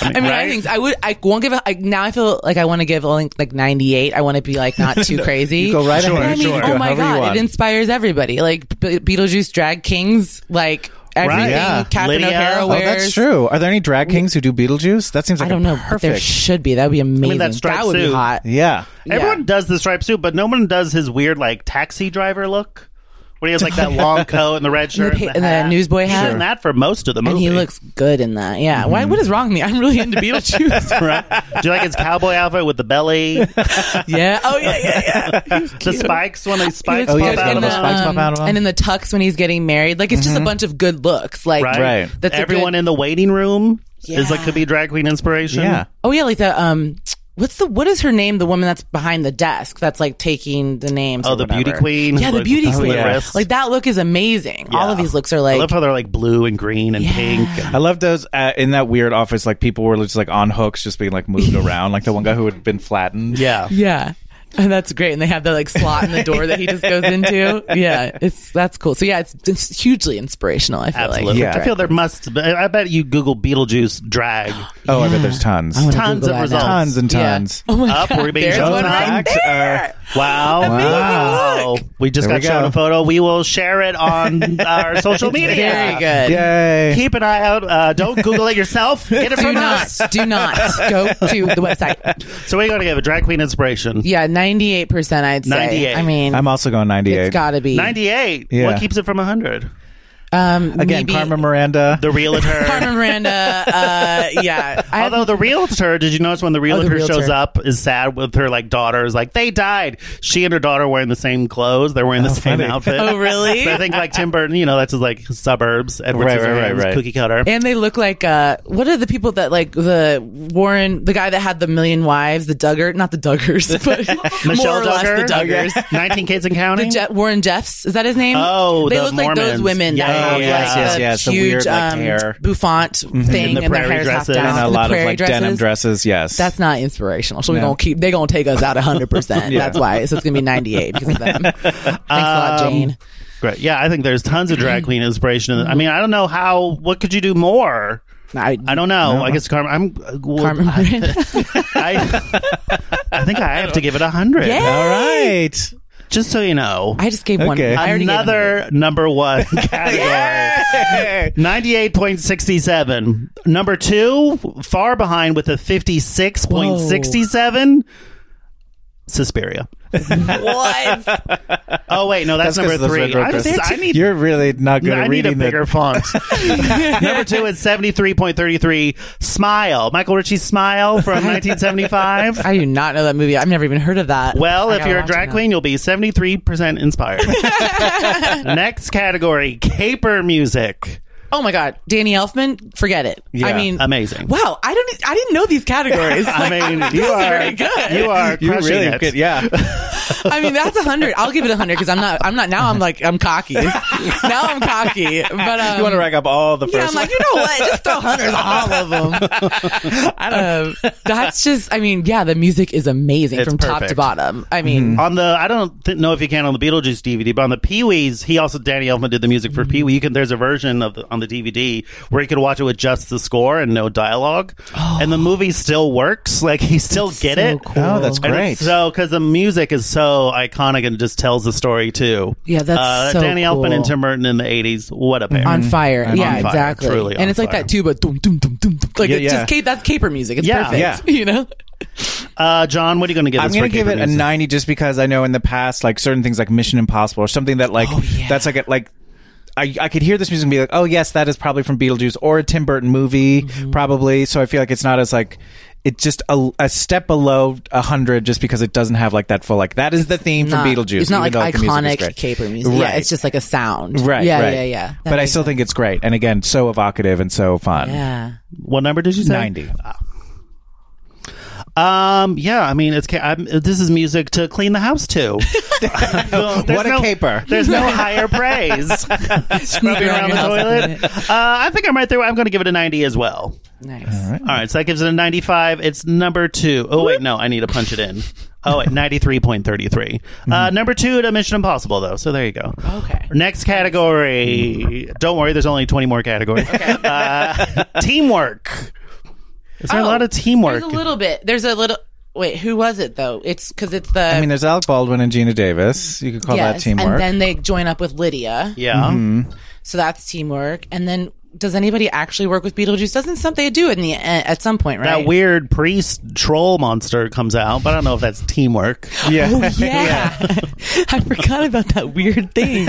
F: I mean, I
D: right?
F: think I would. I won't give. A, I, now I feel like I want to give only like ninety eight. I want to be like
E: <laughs>
F: not too crazy.
E: you go right Sure, ahead.
F: I mean,
E: sure.
F: oh
E: Go
F: my
E: however you
F: god,
E: want.
F: it inspires everybody. Like Be- Beetlejuice, drag kings, like everything.
D: yeah.
F: Catherine
D: Lydia.
F: O'Hara
D: Oh,
E: Oh,
F: wears.
E: that's true. Are there any drag kings who do Beetlejuice? That seems like
F: I don't know.
E: a
F: But there
E: Perfect.
F: should be. That would be amazing.
D: that striped
F: that would be
D: suit.
F: hot.
E: yeah.
D: Everyone does the striped suit, but no one does his weird like taxi driver look. Where he has like
F: <laughs>
D: that long coat and the red shirt
F: And the
D: and the,
F: pa- and the
D: hat.
F: newsboy
D: He's
F: hat.
D: in that for most of the movie.
F: And he looks good in that. Yeah. Why? What is wrong with me? I'm really
E: <laughs>
F: into Beetlejuice.
D: Right? Do you like his cowboy outfit with
F: <laughs>
D: the belly,
F: yeah. Oh yeah. Yeah. Yeah.
D: the spikes when they
F: He looks
D: spikes
E: Oh, yeah,
D: pop
F: good
D: out
F: in
D: of
F: the,
D: the spikes?
E: spikes pop out of him.
F: And in the tux when he's getting married. Like, it's just a bunch of good looks. Like,
D: Right,
E: Right.
F: That's a
D: everyone
F: good-
D: in the waiting room is like
F: Yeah.
D: could be drag queen inspiration.
E: Yeah.
F: oh, yeah, like the, um, what's the, what is her name? The woman that's behind the desk that's like taking the names.
D: Oh,
F: or
D: the
F: whatever.
D: beauty queen.
F: Yeah, the
D: Like,
F: beauty
D: with the
F: queen.
D: wrists.
F: Like, that look is amazing. All of these looks are
D: I
F: like,
D: love how they're like blue and green and pink.
E: I love those uh, in that weird office. Like people were just like on hooks, just being like moved around. Like the one guy who had been flattened.
D: Yeah.
F: yeah. <laughs> And that's great. And they have that like slot in the door that he just goes into. Yeah. It's, that's cool. So, yeah, it's, it's hugely inspirational, I feel
D: Absolutely.
F: like.
E: Yeah.
D: I feel there must. Be, I bet you Google Beetlejuice drag.
E: Oh, I bet there's tons,
F: I wanna
D: Tons
F: Google
D: of
F: that now.
D: results.
E: tons and tons.
F: Oh my
D: Up,
F: God.
D: we're being
F: There's
D: shown
F: one
D: time.
F: right
E: Facts
F: there.
E: are-
D: Wow.
E: Amazing look.
D: We just
E: There
D: got
E: we
D: shown
E: go.
D: a photo. We will share it
F: <laughs>
D: on our social media.
F: Very good.
E: Yay.
D: Keep an eye out. Uh, don't Google it yourself. Get it
F: Do <laughs>
D: from
F: not,
D: us.
F: do not go to the website.
D: So we're going to give a drag queen inspiration.
F: Yeah, ninety eight percent. I'd say.
D: 98.
F: I mean,
E: I'm also going 98.
F: it's got to be
D: 98.
E: Yeah.
D: What keeps it from 100?
F: Um,
E: Again,
F: maybe-
E: Carmen Miranda.
F: <laughs>
D: The realtor.
F: Carmen Miranda. Uh, yeah, I Oh,
D: Although the realtor, did you notice when the realtor,
F: the realtor.
D: shows up is sad with her like daughter is like they died. She and her daughter wearing the same clothes. They're wearing the same
E: funny.
D: outfit.
F: Oh, really?
D: So <laughs> I think like Tim Burton, you know, that's his like suburbs. Edward
E: Right, right,
D: Scissorhands,
E: right, right.
F: <laughs>
D: Cookie cutter.
F: and they look like uh, what are the people that like the Warren, the guy that had the million wives, the Duggar, not the Duggars, <laughs> but more
D: Michelle
F: or less
D: Duggar,
F: the Duggars.
D: <laughs> 19 kids and counting.
F: The Je- Warren Jeffs is that his name?
D: Oh,
F: they
D: the
F: look like those
D: Mormons.
F: women that
D: Yeah,
F: have
D: yes,
F: like
D: yes,
F: the
E: yes, the
F: huge
E: weird, like,
F: um,
E: hair.
F: bouffant thing, and
D: the
F: their
D: prairy
F: hair is half
D: dresses.
F: down,
D: And
E: and a
F: the
E: lot of
F: prairie
E: like
F: dresses.
E: denim dresses. Yes.
F: That's not inspirational. So we're
E: No.
F: gonna keep. They're gonna take us out hundred
D: <laughs>
F: percent. That's why. So it's gonna be ninety eight because of them. Thanks a lot,
D: Um,
F: Jane.
D: Great. Yeah, I think there's tons
F: <clears throat>
D: of drag queen inspiration. in I mean, I don't know how. What could you do more?
F: I,
D: I don't know. I guess Carmen. I'm uh, well,
F: Carmen Miranda.
D: I, I think I have to give it a hundred.
F: Yeah.
E: all right.
D: Just so you know,
F: <laughs> I just gave one.
E: Okay.
F: I already gave
D: another
F: <laughs>
D: number one category. Ninety-eight point sixty-seven. Number two, far behind with a fifty-six point sixty-seven. Suspiria.
F: one. What?
D: <laughs> Oh wait, no, that's,
E: That's 'cause
D: number
E: of those
D: three.
E: red
D: I'm
E: ropes.
D: just- I need
E: You're really not good
D: I
E: at
D: need a
E: reading <laughs>
D: bigger
E: the.
D: font. <laughs> Number two is seventy three point thirty three. Smile, Michael Ritchie's Smile from nineteen
F: <laughs>
D: seventy five.
F: I do not know that movie. I've never even heard of that.
D: Well,
F: I
D: if
F: gotta
D: you're a
F: watch
D: drag
F: it now.
D: queen, you'll be seventy three
F: <laughs>
D: percent inspired. Next category: caper music.
F: oh my god, Danny Elfman, forget it. I
E: Yeah,
F: mean,
D: amazing.
F: Wow, I don't. e, I didn't know these categories.
D: <laughs> I
F: Like,
D: mean,
F: this
D: you
F: is
D: are
F: very good.
D: You are
E: You
D: crushing
E: really
D: it.
E: could, yeah. <laughs>
F: I mean, that's a hundred. I'll give it a hundred because I'm not. I'm not now. I'm like, I'm
D: <laughs>
F: cocky. now I'm cocky. But um,
E: you want to rack up all the first
F: Yeah, I'm like, you know what? Just throw hundreds on all of them. I don't. that's just. I mean, yeah, the music is amazing
D: It's
F: from top to
D: perfect. Mm-hmm.
F: bottom. I mean,
D: On the, I don't th- know if you can on the Beetlejuice DVD, but on the Pee Wee's, he also Danny Elfman did the music for Pee Wee. You can there's a version of the, on the DVD where you could watch it with just the score and no dialogue, and the movie still works. Like he still get
F: so
D: it.
F: cool. Oh, that's
D: And it's
E: great.
D: So because the music is so so iconic and just tells the story too.
F: Yeah, that's
D: uh,
F: so
D: Danny Elfman and
F: cool.
D: Tim Burton in the '80s. What a pair!
F: on
E: Mm-hmm.
F: fire.
D: And
F: yeah,
D: on fire,
F: exactly.
D: truly on
F: and it's like
D: fire.
F: that tuba, dum, dum, dum, dum, dum. like
E: Yeah,
F: it's
E: yeah.
F: just ca- that's caper music. It's
D: Yeah.
F: perfect. <laughs> You know,
D: Uh, John, what are you going to give?
E: I'm
D: this
E: gonna
D: for
E: give
D: Caper
E: it a
D: Music?
E: 90 just because I know in the past, like certain things like Mission Impossible or something that
F: Oh,
E: like that's like a, like. I, I could hear this music and be like, oh yes, that is probably from Beetlejuice or a Tim Burton movie,
F: Mm-hmm.
E: probably. So I feel like it's not as like it's just a, a step below hundred, just because it doesn't have like that full like that is the theme
F: Not-
E: from Beetlejuice.
F: Uh, It's not like
E: even though the music is
F: iconic
E: great.
F: caper music. Yeah,
E: Right.
F: it's just like a sound.
E: right,
F: Yeah,
E: right.
F: yeah, yeah. That
E: But I
F: makes
E: still
F: sense.
E: think it's great, and again, so evocative and so fun. <laughs>
F: yeah.
D: What number did you say?
E: Ninety.
D: Um, yeah, I mean, it's ca- I'm, this is music to clean the house to.
F: <laughs>
D: Well, there's
E: What a caper.
D: There's no higher praise.
F: <laughs>
D: Scrubbing
F: around
D: around
F: your
D: the
F: house in a
D: toilet. Uh, I think I'm right there. I'm going to give it a 90 as well.
F: Nice.
D: All right, so that gives it a 95. It's number two. Oh, wait, no, I need to punch it in. Oh, wait, 93.33. Uh, number two to Mission Impossible, though, so there you go.
F: Mm-hmm. Okay.
D: Next category. Don't worry, there's only 20 more categories. Uh, <laughs> teamwork. Is there a
F: Oh,
D: lot of teamwork?
F: There's a little bit. There's a little. Wait, who was it though? It's because it's the.
E: I mean, there's Alec Baldwin and Gina Davis. You could call that
F: yes,
E: teamwork.
F: and then they join up with Lydia.
D: yeah.
F: Mm-hmm. So that's teamwork. And then does anybody actually work with Beetlejuice? Doesn't something they do in the end, at some point, right?
D: That weird priest troll monster comes out, but I don't know if that's teamwork.
E: yeah.
F: Oh,
D: <laughs>
F: Yeah, <laughs> I forgot about that weird thing.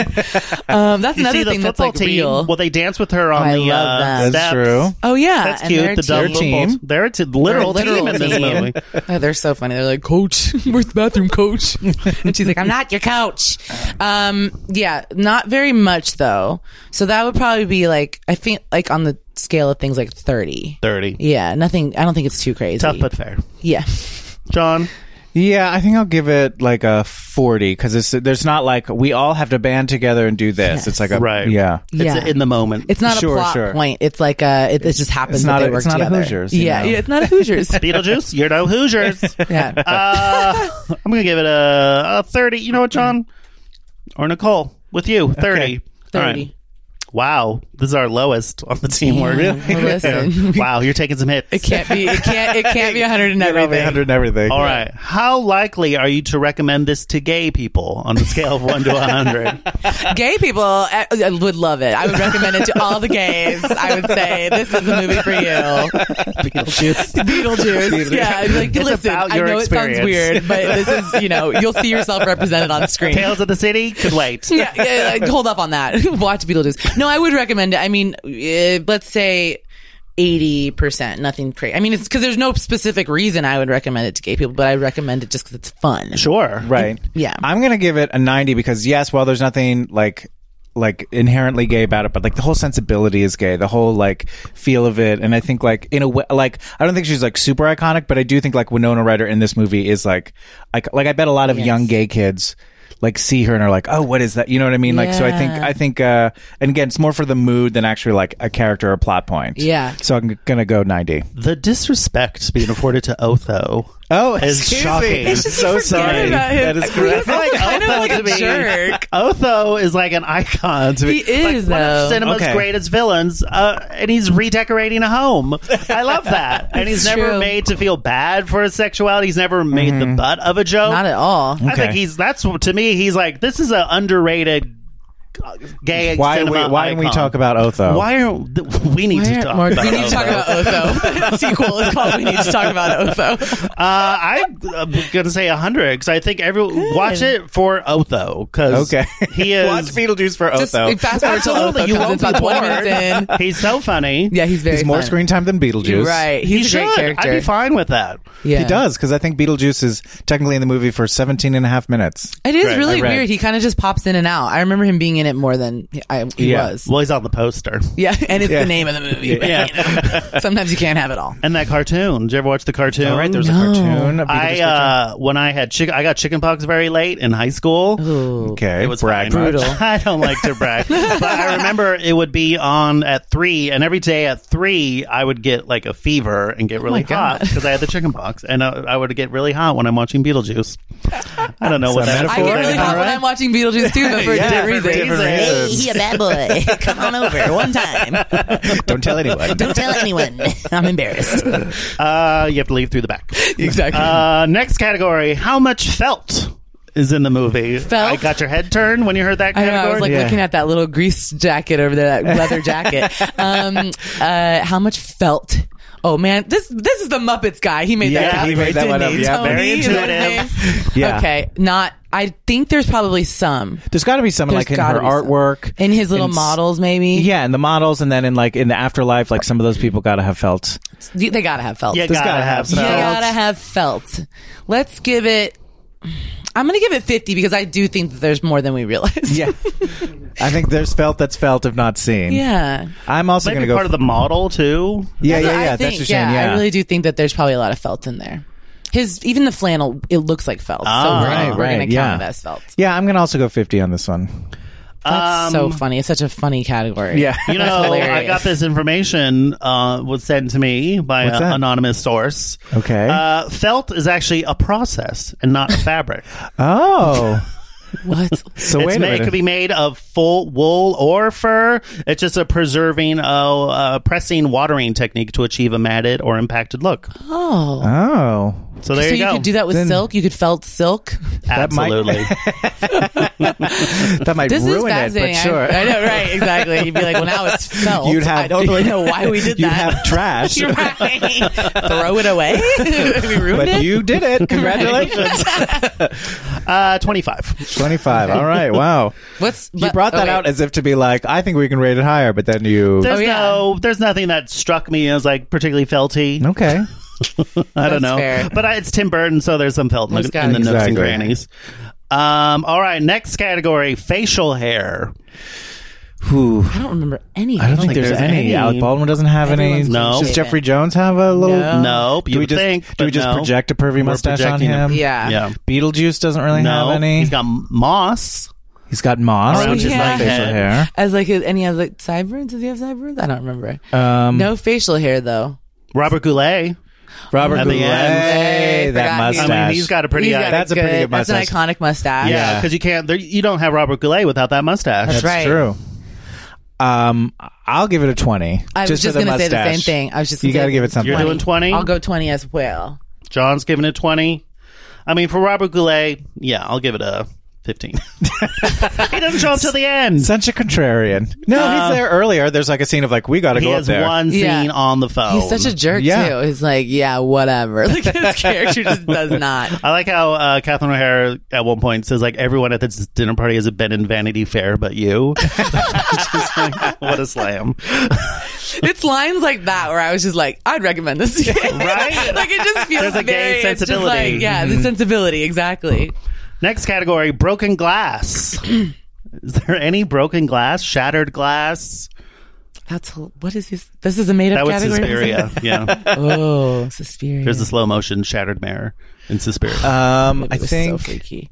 F: Um, that's
D: You
F: another
D: see the
F: thing that's
D: football
F: like
D: team.
F: real.
D: Well, they dance with her on
F: I
D: the
F: love
D: uh,
F: that.
E: That's
D: steps.
E: true.
F: oh yeah,
D: That's
F: and
D: cute.
F: they're
D: the double
F: team.
E: team.
D: They're a t- literal
F: They're a
D: team in this
F: team.
D: movie.
F: <laughs> Oh, they're so funny. They're like, Coach, <laughs> where's the bathroom, Coach? <laughs> and she's like, I'm not your coach. Um, yeah, not very much though. So that would probably be like, I think like on the scale of things like 30.
D: 30.
F: Yeah, nothing. I don't think it's too crazy.
D: Tough but fair.
F: yeah,
D: John,
E: Yeah, I think I'll give it like a 40 because there's not like we all have to band together and do this. It's like a.
D: Right.
E: Yeah.
D: it's
F: yeah.
D: in the moment.
F: it's not
E: Sure,
F: a plot
E: sure.
F: point. It's like a. It, it just happens.
E: It's not
F: that
E: a-
F: they work
E: it's not a
F: together.
E: Hoosiers, you
F: Yeah,
E: know?
F: yeah, it's not a
E: <laughs>
F: Hoosiers.
D: Beetlejuice, you're no
F: <laughs>
D: Hoosiers.
F: yeah.
D: Uh, I'm going to give it a, a 30. You know what, John? Or Nicole, with you, 30. All right.
F: 30.
D: Wow, this is our lowest on the teamwork.
F: Well, listen.
D: <laughs> Yeah. Wow, you're taking some hits.
F: It can't be. It can't. It can't be 100 and
E: Probably
F: everything.
E: 100 and everything.
D: All right. How likely are you to recommend this to gay people on the scale of 1 to 100?
F: Gay people uh, uh, would love it. I would recommend it to all the gays. I would say this is the movie for you.
D: Beetlejuice.
F: Beetlejuice. Yeah. I'd be Like,
D: It's
F: listen,
D: about
F: I
D: your
F: know it sounds weird,
D: experience.
F: but this is you know you'll see yourself represented on screen.
D: Tales of the City could wait.
F: yeah, yeah,
D: <laughs>
F: like, hold up on that. <laughs> Watch Beetlejuice. No, I would recommend it. I mean, uh, let's say. 80%, nothing crazy. I mean, it's because there's no specific reason I would recommend it to gay people, but I recommend it just because it's fun. <laughs>
D: Sure.
E: Right.
F: Yeah.
E: I'm going to give it a 90 because, yes, while there's nothing like like inherently gay about it but like the whole sensibility is gay the whole like feel of it and i think like in a way like i don't think she's like super iconic but i do think like winona ryder in this movie is like like, like i bet a lot of young gay kids like see her and are like oh what is that you know what i mean like so i think
F: Yeah.
E: i think uh and again it's more for the mood than actually like a character or plot point
F: Yeah.
E: so i'm gonna go 90
D: The disrespect being afforded to Otho.
E: oh
D: It's
E: excuse
D: shocking.
E: me.
D: It's
E: so sorry that is correct
F: <laughs>
D: like
F: kind of
D: Otho
F: like
D: to
F: a
D: me.
F: jerk.
D: Otho is like an icon to me.
F: He is,
D: like one of
F: though.
D: cinema's
E: Okay.
D: greatest villains, uh, and he's redecorating a home. I love that. and he's
F: It's
D: never
F: true.
D: made to feel bad for his sexuality. He's never made the butt of a joke.
F: Not at all.
D: I think
E: Okay.
D: he's that's what- to me. He's like this is an underrated uh, gay
E: why
D: cinema
E: we, why don't we
D: icon.
E: talk about otho
D: Why are th- we need to talk
F: Mark,
D: about?
F: we need to talk
D: Otho.
F: about Otho. <laughs> the sequel is called We Need to Talk About Otho.
D: Uh, I'm uh, gonna say hundred because I think everyone watch it for Otho because
E: okay <laughs>
D: he is
E: watch beetlejuice for
F: Just
E: otho
F: fast forward to
D: Absolutely,
F: Otho
D: you
F: because
D: won't
F: it's about
D: be
F: 20
D: bored.
F: minutes in.
D: <laughs> He's so funny.
F: Yeah, he's very
E: He's more
F: fun.
E: screen time than Beetlejuice.
F: Right.
D: he
F: He's a great
D: should.
F: character.
D: I'd be fine with that.
F: Yeah.
E: He does, because I think Beetlejuice is technically in the movie for 17 and a half minutes.
F: It is
D: Right,
F: really
E: I read.
F: weird. He kind of just pops in and out. I remember him being in it more than he- I, he
E: Yeah.
F: was.
D: Well, he's on the poster
F: <laughs> Yeah, and it's the name of the movie.
E: <laughs>
F: Sometimes you can't have it all.
D: and that cartoon. Did you ever watch the cartoon?
E: All right, there was a cartoon. a
D: I
E: Beetlejuice
D: uh, when I had chick- I got chickenpox very late in high school.
E: cartoon. okay,
D: It was
E: brag
D: fine.
E: much.
D: <laughs> I don't like
E: <laughs>
D: to brag, but I remember it would be on at three, and every day at three, I would get like a fever and
E: Oh
D: get really hot because I had the chickenpox, and uh, I, I would get really hot when I'm watching Beetlejuice. I don't know what
E: a
D: that
F: I get
E: metaphor?
F: really
E: All
F: hot when
E: right.
F: I'm watching Beetlejuice too,
E: <laughs>
F: but for
E: Yeah,
F: a different
E: for
F: reason.
E: different
F: Hey,
E: reasons.
F: he a bad boy. <laughs> Come on over one time.
E: Don't
F: <laughs>
E: tell anyone.
F: Don't tell anyone. I'm embarrassed.
D: <laughs>
E: <laughs>
D: Uh, you have to leave through the back.
F: Exactly.
D: Uh, next category: How much felt is in the movie.
F: Felt?
D: I got your head turned when you heard that
F: I know.
D: category.
F: I was like
E: Yeah.
F: looking at that little grease jacket over there,
E: <laughs>
F: that leather jacket. Um, uh, how much felt? Oh man, this this is the Muppets guy. He made
E: Yeah,
F: that.
E: he
F: up,
E: made
F: right,
E: that
F: didn't
E: one up.
F: he?
E: Yeah,
F: Tony,
E: very
F: is that his
E: intuitive.
F: name?
E: Yeah.
F: Okay, not. I think there's probably some
E: There's got to be some
F: There's
E: like in
F: gotta
E: her
F: be some.
E: artwork,
F: in his little
E: s-
F: models, maybe.
E: Yeah, in the models, and then in like in the afterlife, like some of those people gotta have felt.
F: You- they gotta have felt.
D: you
F: You
E: This
D: gotta,
E: gotta
D: have
E: have
D: some.
E: some. Yeah.
F: gotta have felt. Let's give it. I'm gonna give it 50 because I do think that there's more than we realize.
E: Yeah, I think there's felt that's felt if not
F: <laughs>
E: seen.
F: yeah.
E: I'm also
D: Might
E: gonna
D: be
E: go
D: part of the model too.
E: Yeah, yeah,
F: That's what
E: yeah.
F: I
E: that's
F: think,
E: what you're saying. Yeah,
F: I really do think that there's probably a lot of felt in there. His even the flannel, it looks like felt. so
E: Ah,
F: we're, gonna-
E: right,
F: we're gonna
E: right,
F: count
E: yeah.
F: it as felt.
E: Yeah, I'm gonna also go 50 on this one.
F: That's so funny. It's such a funny category. <laughs>
E: Yeah.
D: Um, You know, I got this information uh, was sent to me by
E: What's
D: an
E: that?
D: anonymous source.
E: Okay.
D: Uh, felt is actually a process and not a
E: <laughs>
D: fabric. <laughs>
E: Oh,
F: What?
E: so
D: it's
E: wait a
D: made, it
E: minute.
D: could be made of full wool or fur. It's just a preserving, uh, uh, pressing, watering technique to achieve a matted or impacted look.
F: Oh.
E: oh,
D: So there
F: so
D: you
F: you
D: go.
F: could do that with
E: Then-
F: silk. You could felt silk.
E: That might-
D: Absolutely.
E: <laughs> that might
F: This is
E: ruin it. But
F: fascinating. I-
E: sure,
F: I, know, right? Exactly. You'd be like, well, now it's felt.
E: <laughs> You'd have-
F: I don't really know why
E: <laughs>
F: we did
E: you
F: that. <laughs>
E: have trash,
F: You're right. Throw it away. <laughs> we ruined
E: but
F: it.
E: you did it. <laughs> Congratulations.
D: uh,
E: Oh,
D: 25.
E: 25. All right. Wow.
F: What's
E: you
F: but-
E: brought
F: oh,
E: that
F: wait.
E: out as if to be like, I think we can rate it higher, but then you.
D: There's
F: Oh, yeah.
D: no, there's nothing that struck me as like particularly felty.
E: Okay.
D: I
F: That's
D: don't know.
F: fair.
D: But I, it's Tim Burton, so there's some felt in, the-
F: There's gotta
D: in the
F: be
D: nooks and
E: Exactly.
D: crannies. Um, all right, next category facial hair.
E: Who?
F: I don't remember any.
E: I don't think there's, any. Alec Baldwin doesn't have any.
F: Everyone's
D: No.
E: Does
D: cliched
E: Jeffrey Jones have a little?
F: No.
D: Nope, you
E: do we
D: would
E: just
D: think,
E: do we
D: but
E: just
D: no.
E: project a
D: We're
E: pervy mustache on
D: projecting
E: him?
D: him.
F: Yeah.
D: Yeah.
E: Beetlejuice doesn't really
D: No,
E: have any.
D: he's got moss.
E: He's got moss,
D: Around
E: which
F: his
E: is like
F: head.
E: facial hair.
F: As like, his- and he has like sideburns. Does he have sideburns? I don't remember.
E: Um,
F: no facial hair though.
D: Robert Goulet.
E: Robert
D: At the
E: Goulet,
F: end.
E: that
F: Forgot he-
E: mustache.
F: I
D: I mean, he's got a pretty.
F: He's
D: uh,
F: got
E: that's a pretty good
F: That's an
E: mustache.
F: iconic mustache.
D: yeah,
E: yeah.
D: because you can't. There, you don't have Robert Goulet without that mustache.
F: That's
E: That's
F: right.
E: true. Um, I'll give it a twenty.
F: I was just,
E: for the
F: gonna say the same
E: mustache.
F: thing. I was just.
E: You
F: gonna
E: got to
F: say-
E: give it something.
D: You're doing twenty.
F: I'll go twenty as well.
D: John's giving it twenty. I mean, for Robert Goulet, yeah, I'll give it a
E: <laughs>
D: fifteen. he doesn't show up till the end.
E: Such a contrarian. No, he's there earlier. There's like a scene of like we got to
D: he
E: go up
D: has
E: there.
D: one scene
F: Yeah.
D: on the phone.
F: He's such a jerk
E: Oh, Yeah.
F: too. He's like, yeah, whatever. <laughs> Like
E: <laughs>
F: his character just does not.
D: I like how uh, Catherine O'Hara at one point says like everyone at this dinner party has been in Vanity Fair
E: <laughs>
D: but you. Just like, what a slam!
F: It's lines like that where I was just like, I'd recommend this.
D: Right?
F: <laughs> like it just feels
D: There's a
F: very
D: gay
F: it's just
D: sensibility.
F: like, yeah,
E: Mm-hmm.
F: the sensibility exactly.
D: Next category: broken glass. <clears throat> Is there any broken glass, shattered glass?
F: That's what is this? This is a made up
D: That was
F: category.
D: Suspiria. Yeah,
F: <laughs> Oh, Suspiria.
D: there's the slow motion shattered mirror in Suspiria.
E: Um, I
F: It was
E: think
F: so freaky.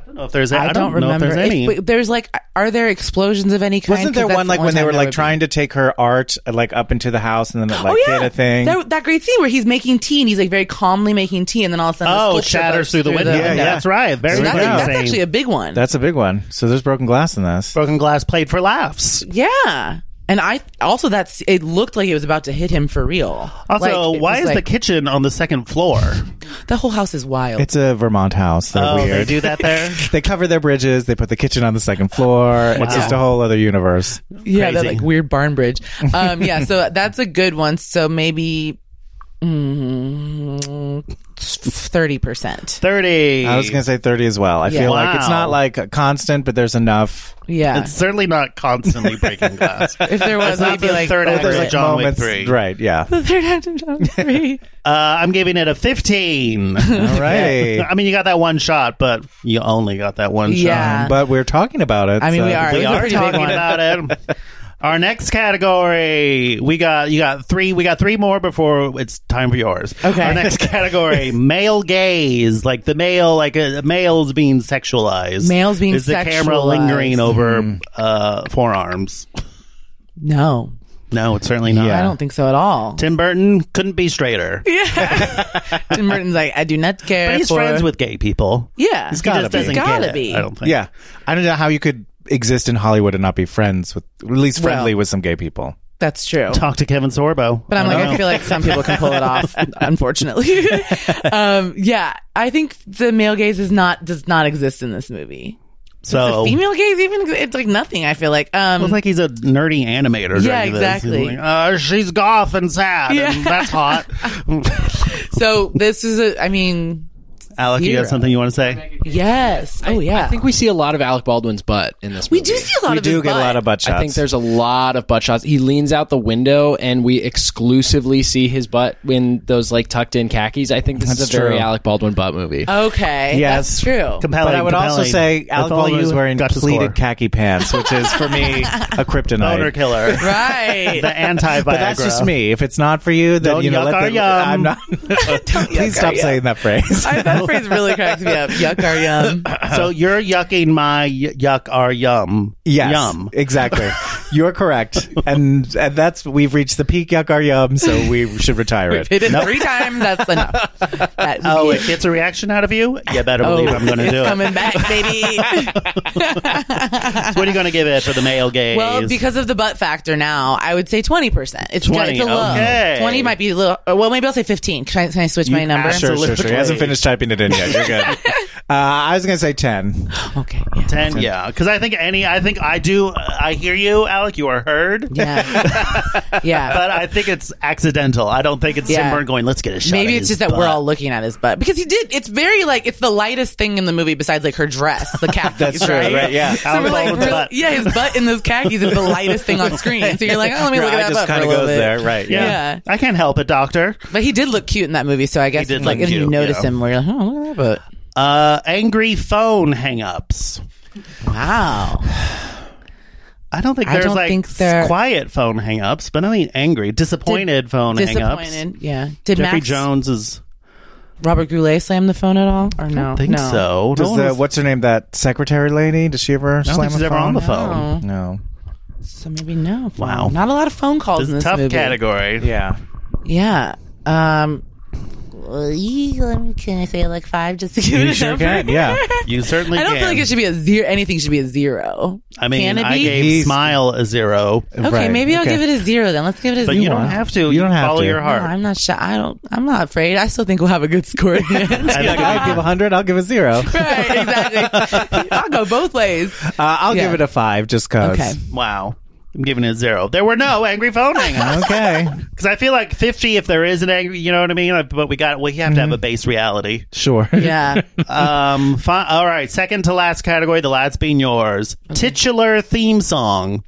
D: I don't know if there's. I
F: I,
D: don't,
F: don't
D: know
F: remember.
D: if there's
F: If-
D: any.
F: wait, there's like, are there explosions of any kind? 'Cause
E: wasn't there
F: that's
E: one
F: the
E: like
F: only
E: when they
F: time
E: were
F: there
E: like
F: would be.
E: trying to take her art uh, like up into the house and then it like
F: Oh yeah,
E: did a thing.
F: That, that great scene where he's making tea and he's like very calmly making tea, and then all of a sudden,
D: oh,
F: the sculpture
D: shatters
F: bursts
D: through the window.
E: Yeah, yeah.
D: That's right. Very
F: So that's,
D: much
E: Yeah.
F: that's
D: the same.
F: actually a big one.
E: That's a big one. So there's broken glass in this.
D: broken glass played for laughs.
F: yeah, and I also that's it looked like it was about to hit him for real.
D: Also,
F: Like, it
D: why
F: was
D: is the
F: like-
D: kitchen on the second floor?
F: the whole house is wild?
E: It's a Vermont house. They're
D: Oh, they
E: weird.
D: do that
E: <laughs>
D: there.
E: They cover their bridges. They put the kitchen on the second
F: <laughs>
E: floor. It's just a whole other universe.
F: yeah, that
D: crazy.
F: like weird barn
E: <laughs>
F: bridge. Um, yeah, so that's a good one. So maybe mm, thirty percent.
D: Thirty.
E: I was gonna say thirty as well. I
F: Yeah.
E: feel like it's
D: Wow.
E: not like a constant, but there's enough.
F: Yeah,
D: It's certainly not constantly breaking
E: <laughs>
D: glass.
F: if there was,
D: it's not
F: I'd be
D: the
F: like
D: third
F: "Oh,
D: act of
F: shit."
D: Like John Wick
E: moments,
D: three.
E: right? Yeah.
F: The third act of John Wick three.
D: Uh, I'm giving it a 15.
E: All right.
D: I mean, you got that one shot, but you only got that one
F: Yeah.
D: shot.
E: But we're talking about it.
F: I mean,
E: so-
F: we are. It
D: We
F: was a
D: are
F: pretty big
D: talking
F: one.
D: about it. <laughs> Our next category, we got you got three. We got three more before it's time for yours.
F: Okay. <laughs>
D: Our next category, male gaze, like the male, like a, males being sexualized.
F: Males being
D: is the camera
F: sexualized.
D: lingering over uh, forearms?
F: No,
D: No, it's certainly not.
E: Yeah.
F: I don't think so at all.
D: Tim Burton couldn't be straighter.
F: Tim Burton's like, I do not care.
D: But he's
F: for-
D: friends with gay people.
F: <laughs> Yeah,
D: He just doesn't
F: He's
D: get
F: gotta
D: it,
F: be.
D: I don't think.
E: Yeah. I don't know how you could exist in Hollywood and not be friends with, at least friendly
F: Well-
E: with some gay people.
F: That's true.
D: Talk to Kevin Sorbo.
F: But I'm
D: I
F: like,
D: don't
F: I feel like some people can pull it off, unfortunately. <laughs> um, yeah, I think the male gaze is not does not exist in this movie.
D: so.
F: The female gaze even exi- it's like nothing. I feel like um,
D: It's like he's a nerdy animator.
F: Yeah,
D: during this. He's
F: exactly.
D: like, uh, she's goth and sad, and
F: <laughs>
D: that's hot.
F: so. This is a. I mean,
D: Alec, you have something you want to say?
F: yes. Oh yeah.
G: I think we see a lot of Alec Baldwin's butt in this.
F: we
G: movie.
F: do see a lot
E: we
F: of. his
E: do get a
F: butt.
E: lot of butt shots.
G: I think there's a lot of butt shots. He leans out the window, and we exclusively see his butt in those like tucked in khakis. I think this is
E: That's
G: a very
E: true.
G: Alec Baldwin butt movie.
F: Okay.
E: Yes.
F: That's true.
D: Compelling.
E: But I would also
D: compelling.
E: say
D: That's
E: Alec
D: all
E: Baldwin
D: you
E: is wearing
D: got to score.
E: pleated khaki pants, which is for me a
D: boner
E: kryptonite.
D: killer.
F: <laughs> Right.
D: the anti Viagra.
E: But that's just me. If it's not for you, then
D: Don't
E: you know,
D: yuck
E: let
D: our
E: the,
D: yum.
E: I'm not. <laughs> please stop saying that phrase.
F: I, that phrase really cracks me up. Yuck our
D: <laughs>
F: yum.
D: So you're yucking my y- yuck our yum.
E: Yes,
D: Yum.
F: <laughs>
E: exactly. You're correct, and and that's we've reached the peak yuck our
F: <laughs>
E: yum, so we should retire it.
F: Hit it three times. That's
D: <laughs>
F: enough. That- Oh,
D: Oh, it gets a reaction out of you? You better believe I'm going to
F: it's
D: do it.
F: coming back,
D: <laughs>
F: baby.
D: So what are you going to give it for the male gaze?
F: Well, because of the butt factor now, I would say 20%. It's
D: 20,
F: It's a low.
D: okay.
F: 20 might be a little. or, Well, maybe I'll say 15. Can I, can I switch my number?
E: Sure, sure, sure. He hasn't finished typing it in yet. You're good. uh, I was gonna say ten.
F: Okay. Yeah.
D: ten, yeah, because I think any, I think I do. I hear you, Alec. You are heard.
F: Yeah.
D: <laughs>
F: yeah.
D: But I think it's accidental. I don't think it's
F: Yeah.
D: Tim Burton going. Let's get a shot.
F: Maybe
D: at
F: it's just
D: his
F: that we're
D: butt."
F: all looking at his butt because he did. It's very like it's the lightest thing in the movie besides like her dress,
D: <laughs>
F: the khakis.
E: That's true,
F: right?
E: right, yeah.
F: So we're like,
D: Alcohol's
F: really- <laughs>
D: butt.
F: yeah, his butt in those khakis
D: <laughs>
F: is the lightest thing on screen. So you're like, oh, let me look
E: Your
F: at
E: eye
F: that
E: just
F: butt for
E: kind
F: a
E: of
F: little
E: goes
F: bit.
E: there, right?
D: Yeah.
F: Yeah.
D: I can't help it, Doctor.
F: But he did look cute in that movie, so I guess
D: did
F: it's like
D: look
F: if you
D: cute,
F: notice
D: yeah.
F: him, we're like, oh, look at that
D: Uh, angry phone hangups.
F: butt. Wow.
D: I don't think
F: I
D: there's
F: don't
D: like
F: think there-
D: quiet phone hangups, but I mean angry, disappointed phone hangups.
F: Disappointed. Yeah. Did
D: Jeffrey
F: Max
D: Jones is
F: Robert Goulet slam the phone at all, or no?
D: I think
F: no.
D: so. No
E: Does
D: one
E: the,
D: was-
E: what's her name? That secretary lady? Does she ever
D: I don't
E: slam
D: think she's
E: a
D: ever
E: phone?
D: on the phone.
F: Oh,
E: No.
F: so maybe no.
D: Wow.
F: Not a lot of phone calls
D: This
F: in
D: is
F: this
D: a tough
F: movie.
D: category.
E: Yeah.
F: Yeah. Um. well, ee, Let me. Can I say like five just to give it
E: You
F: a
E: sure
F: number? <laughs>
E: can. Yeah.
D: You certainly
F: I don't
D: can.
F: feel like it should be a zero. Anything should be a zero.
D: I mean,
F: can it
D: I
F: be?
D: gave
E: He's-
D: Smile a zero,
F: okay,
E: Right,
F: maybe I'll
E: okay.
F: give it a zero then. Let's give it a
D: but
F: zero.
D: you don't
E: Wow.
D: have to.
E: You don't have
D: follow
E: to.
D: your
E: No,
F: No,
D: heart.
F: I'm not sure. I don't. I'm not afraid. I still think we'll have a good score. at the end. <laughs>
D: <laughs> I
E: You're
D: think
E: like, I'll give a 100, I'll give a zero. Uh,
F: right. Exactly. I'll go both ways.
E: I'll
F: Yeah.
E: give it a five just because.
F: Okay.
D: wow. I'm giving it a zero. There were no angry
F: <laughs>
D: phone hangups
E: Okay.
D: because I feel like 50 if there is an angry, you know what I mean. Like, But we got we have to
F: Mm-hmm.
D: have a base reality.
E: Sure.
F: Yeah.
D: Um. Fi- all right. Second to last category. The last being yours. Titular theme song.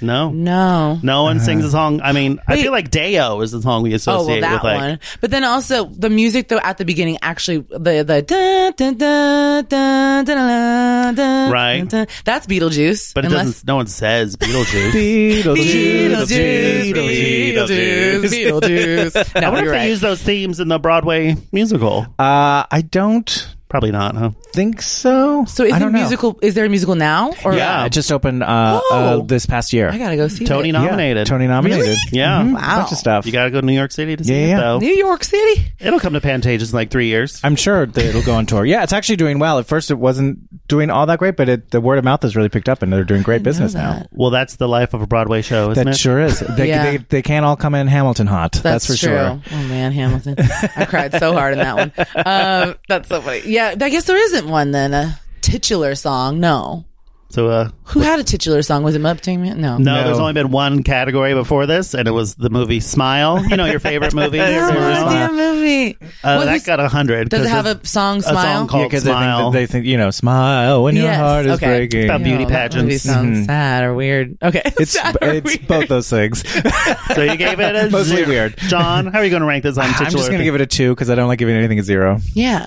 D: No.
F: No.
D: No one sings a song. I mean, I feel like Deo is the song we
F: Uh-huh. Oh
D: associate
F: well, that
D: with like.
F: one. But then also the music though at the beginning actually the the dun, dun, dun, dun, dun, dun, dun,
D: Right.
F: dun, dun. that's Beetlejuice.
D: But it
F: unless-
D: doesn't. No one
F: <laughs>
D: says Beetlejuice.
E: Beetlejuice.
F: Beetlejuice, Beetlejuice, Beetlejuice.
D: <laughs> I
F: No,
D: wonder
F: you're
D: if they
F: right.
D: use those themes in the Broadway musical.
E: Uh, I don't
D: Probably not, huh?
E: think so.
F: So
E: I
F: is there
E: don't know.
F: musical? Is there a musical now? Or
E: Yeah, it just opened uh,
F: Oh.
E: uh, this past year.
F: I gotta go see
D: Tony
F: it.
E: Yeah,
D: nominated.
E: Tony nominated.
D: Yeah.
E: Mhm,
F: Wow.
E: Bunch of stuff.
D: You got to go to New York City to see
E: Yeah,
D: it,
E: yeah.
D: though.
F: New York City.
D: It'll come to Pantages in like three years.
E: I'm sure that it'll go on tour. Yeah, it's actually doing well. At first, it wasn't doing all that great, but it, the word of mouth has really picked up, and they're doing great business now.
D: Well, that's the life of a Broadway show, isn't
E: That
D: it?
E: sure is. They,
F: Yeah.
E: they, they can't all come in Hamilton hot. That's, for
F: true.
E: sure.
F: Oh man, Hamilton. I cried so hard in that one. Um, that's so funny. Yeah, I guess there isn't one then. A titular song? No.
D: So, uh,
F: Who had a titular song? Was it Muppet Team? No.
D: no,
E: No.
D: there's only been one category before this, and it was the movie Smile. You know,
E: <laughs>
D: your favorite movie.
F: Oh,
D: Smile.
F: my damn movie.
D: Uh,
F: What
D: that
F: was-
D: got 100.
F: does it
D: 'cause
F: have a
D: it's
F: song
D: a
F: smile?
D: song called
E: Because
D: Oh, Smile?
E: they, think that they think you know, smile when your
F: Yes,
E: heart is
F: okay.
E: breaking.
D: About beauty
F: that
D: pageants.
F: movie sounds sad or weird. Okay, <laughs>
E: It's
F: sad or
E: it's
F: weird.
E: both
F: <laughs>
E: those things.
D: so you gave it
E: <laughs>
D: a
E: Mostly
D: zero.
E: weird.
D: John, how are you going to rank this on
E: <laughs>
D: titular?
E: I'm just gonna give it a two because I don't like giving anything a zero.
F: Yeah,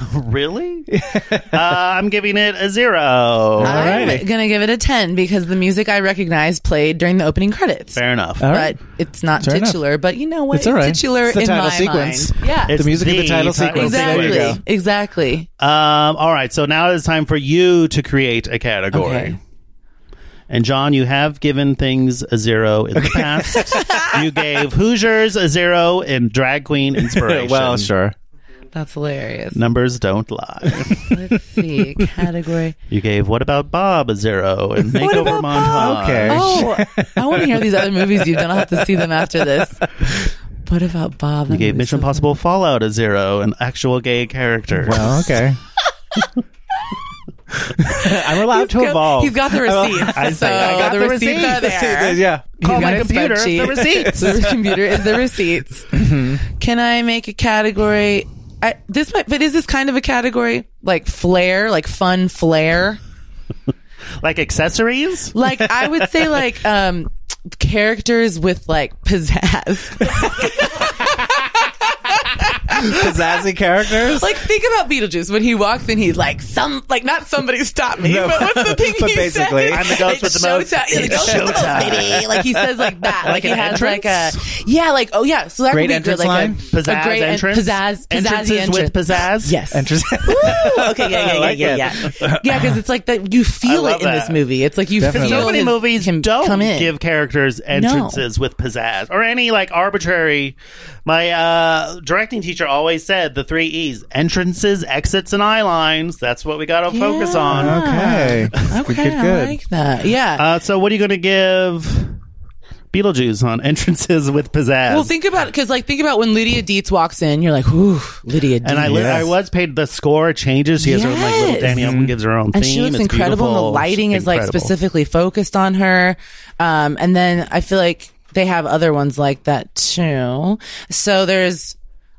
E: <laughs>
D: Really? uh, I'm giving it a zero.
F: I'm gonna give it a ten because the music I recognize played during the opening credits,
D: Fair enough.
E: All
F: but
E: right.
F: it's not
E: Fair enough.
F: titular. But you know what?
E: It's all right.
F: titular
E: It's the
F: in
E: title
F: my
E: sequence.
F: mind. Yeah,
D: It's
E: the music of the title sequence. There you
F: exactly, exactly.
D: Um, all right, so now it is time for you to create a category.
F: Okay.
D: And John, you have given things a zero in the
E: <laughs>
D: past. you gave Hoosiers a zero in drag queen inspiration.
E: well, sure.
F: That's hilarious.
D: Numbers don't
F: <laughs>
D: lie.
F: Let's
E: <laughs>
F: see. Category.
D: you gave What About Bob a zero and
F: What
D: Makeover
F: About
D: Montage.
F: Bob?
E: Okay.
F: Oh, I want to hear these other movies you've done. I'll have to see them after this. What about Bob?
D: You gave Mission Impossible Fallout a zero and actual gay character.
E: Well, okay. <laughs> I'm allowed to evolve.
F: He's
E: <laughs>
F: got the receipts.
D: I
F: so
D: say, I
F: the, receipts, are there.
E: Yeah.
F: He's
D: Call
F: got
D: my
F: a
D: computer,
F: spreadsheet.
D: the receipts.
F: <laughs>
D: Mm-hmm.
F: the computer is the
D: <laughs>
F: receipts. Can I make a category? I, this might, but is this kind of a category like flair, like fun flair?
D: Like accessories?
F: Like I would say, like <laughs> um characters with like pizzazz.
D: <laughs>
E: Pizzazzy characters.
F: like think about Beetlejuice when he walks in, he's like some, like not somebody stop me,
E: No.
F: but what's
E: <laughs>
F: the thing
E: But
F: he
E: basically-
F: says?
E: I'm
D: the ghost
F: It's
D: with the most.
F: showtime. Yeah, the
D: It's
F: ghost with the most,
D: showtime.
F: baby. Like he says like that. Like,
D: Like
F: he
D: an
F: has like
D: entrance?
F: a yeah, like oh yeah. So that
E: Great
F: could be
E: entrance
F: good, like
E: line?
F: A,
D: Pizzazz
F: a great en-
D: entrance?
F: pizzazz, pizzazzy
D: Entrances
F: entrance.
D: with pizzazz?
F: Yes.
E: Interesting. <laughs>
F: Ooh, <laughs> okay, yeah, yeah, yeah,
E: like
F: yeah,
E: that.
F: yeah. Yeah, because it's like that. You feel
D: love
F: it in this
D: that.
F: movie. It's like you
E: Definitely.
F: feel
D: So many
F: his-
D: movies
F: him
D: don't
F: come in.
D: give characters entrances with pizzazz or any like arbitrary. My uh, directing teacher always said the three E's entrances, exits, and eye lines. That's what we got to focus on.
E: okay.
F: Okay,
E: Good, good,
F: I
E: good.
F: like that. Yeah.
D: Uh, so, what are you going to give Beetlejuice on entrances with pizzazz?
F: well, think about because like think about when Lydia Dietz walks in, you're like, ooh, Lydia Dietz.
D: and I, li-
E: Yes.
D: I was paid the score changes. She has her own like little
F: Yes.
D: Danny Elfman gives her own
F: and
D: theme.
F: she looks
D: It's
F: incredible and the
D: beautiful.
F: lighting is like
D: Incredible.
F: specifically focused on her um and then i feel like they have other ones like that too so there's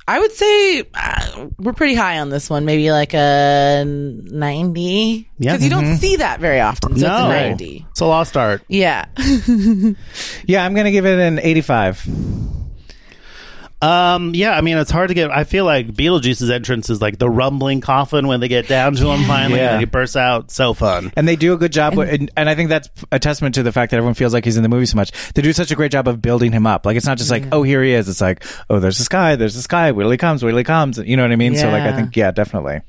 F: i would say uh, we're pretty high on this one maybe like a 90 because
D: Yeah. Mm-hmm.
F: you don't see that very often so
D: No,
F: it's a 90
D: it's a lost art.
F: yeah
E: Yeah, I'm gonna give it an 85.
D: Um, yeah, I mean, it's hard to get. I feel like Beetlejuice's entrance is like the rumbling coffin when they get down to him finally,
E: Yeah.
D: and he bursts out. So fun.
E: And they do a good job, and, and, I think that's a testament to the fact that everyone feels like he's in the movie so much. They do such a great job of building him up. Like it's not just like, oh, here he is. It's like, oh, there's this guy, there's this guy. Willie comes, Willie comes. You know what I mean? So like, I
F: Yeah.
E: think yeah, definitely.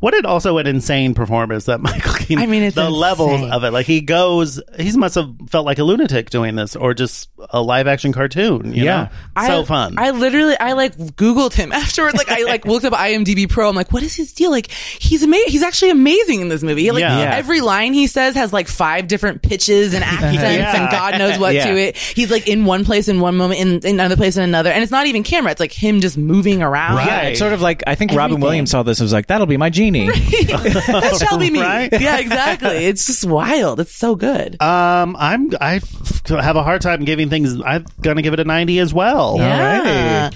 D: What an also an insane performance that <laughs> Michael Keaton.
F: I mean, it's
D: the
F: insane.
D: levels of it. Like he goes, he must have felt like a lunatic doing this, or just a live action cartoon. you
E: Yeah.
D: know? so
F: I-
D: fun.
F: I literally, I like Googled him <laughs> afterwards. Like, I like looked up IMDb Pro. I'm like, what is his deal? Like, he's amazing. He's actually amazing in this movie. Like,
D: Yeah. Yeah.
F: every line he says has like five different pitches
D: <laughs>
F: and accents
D: Yeah.
F: and God knows what
E: Yeah.
F: to it. He's like in one place in one moment, in, in another place in another. And it's not even camera. It's like him just moving around.
D: Right.
E: Yeah, it's sort of like I think Robin
F: Everything.
E: Williams saw this and was like, that'll be my
F: <laughs>
E: genie.
F: that shall be me.
D: Right?
F: Yeah, exactly. It's just wild. It's so good.
D: um, I'm I f- have a hard time giving things. I'm gonna give it a ninety as well.
F: yeah.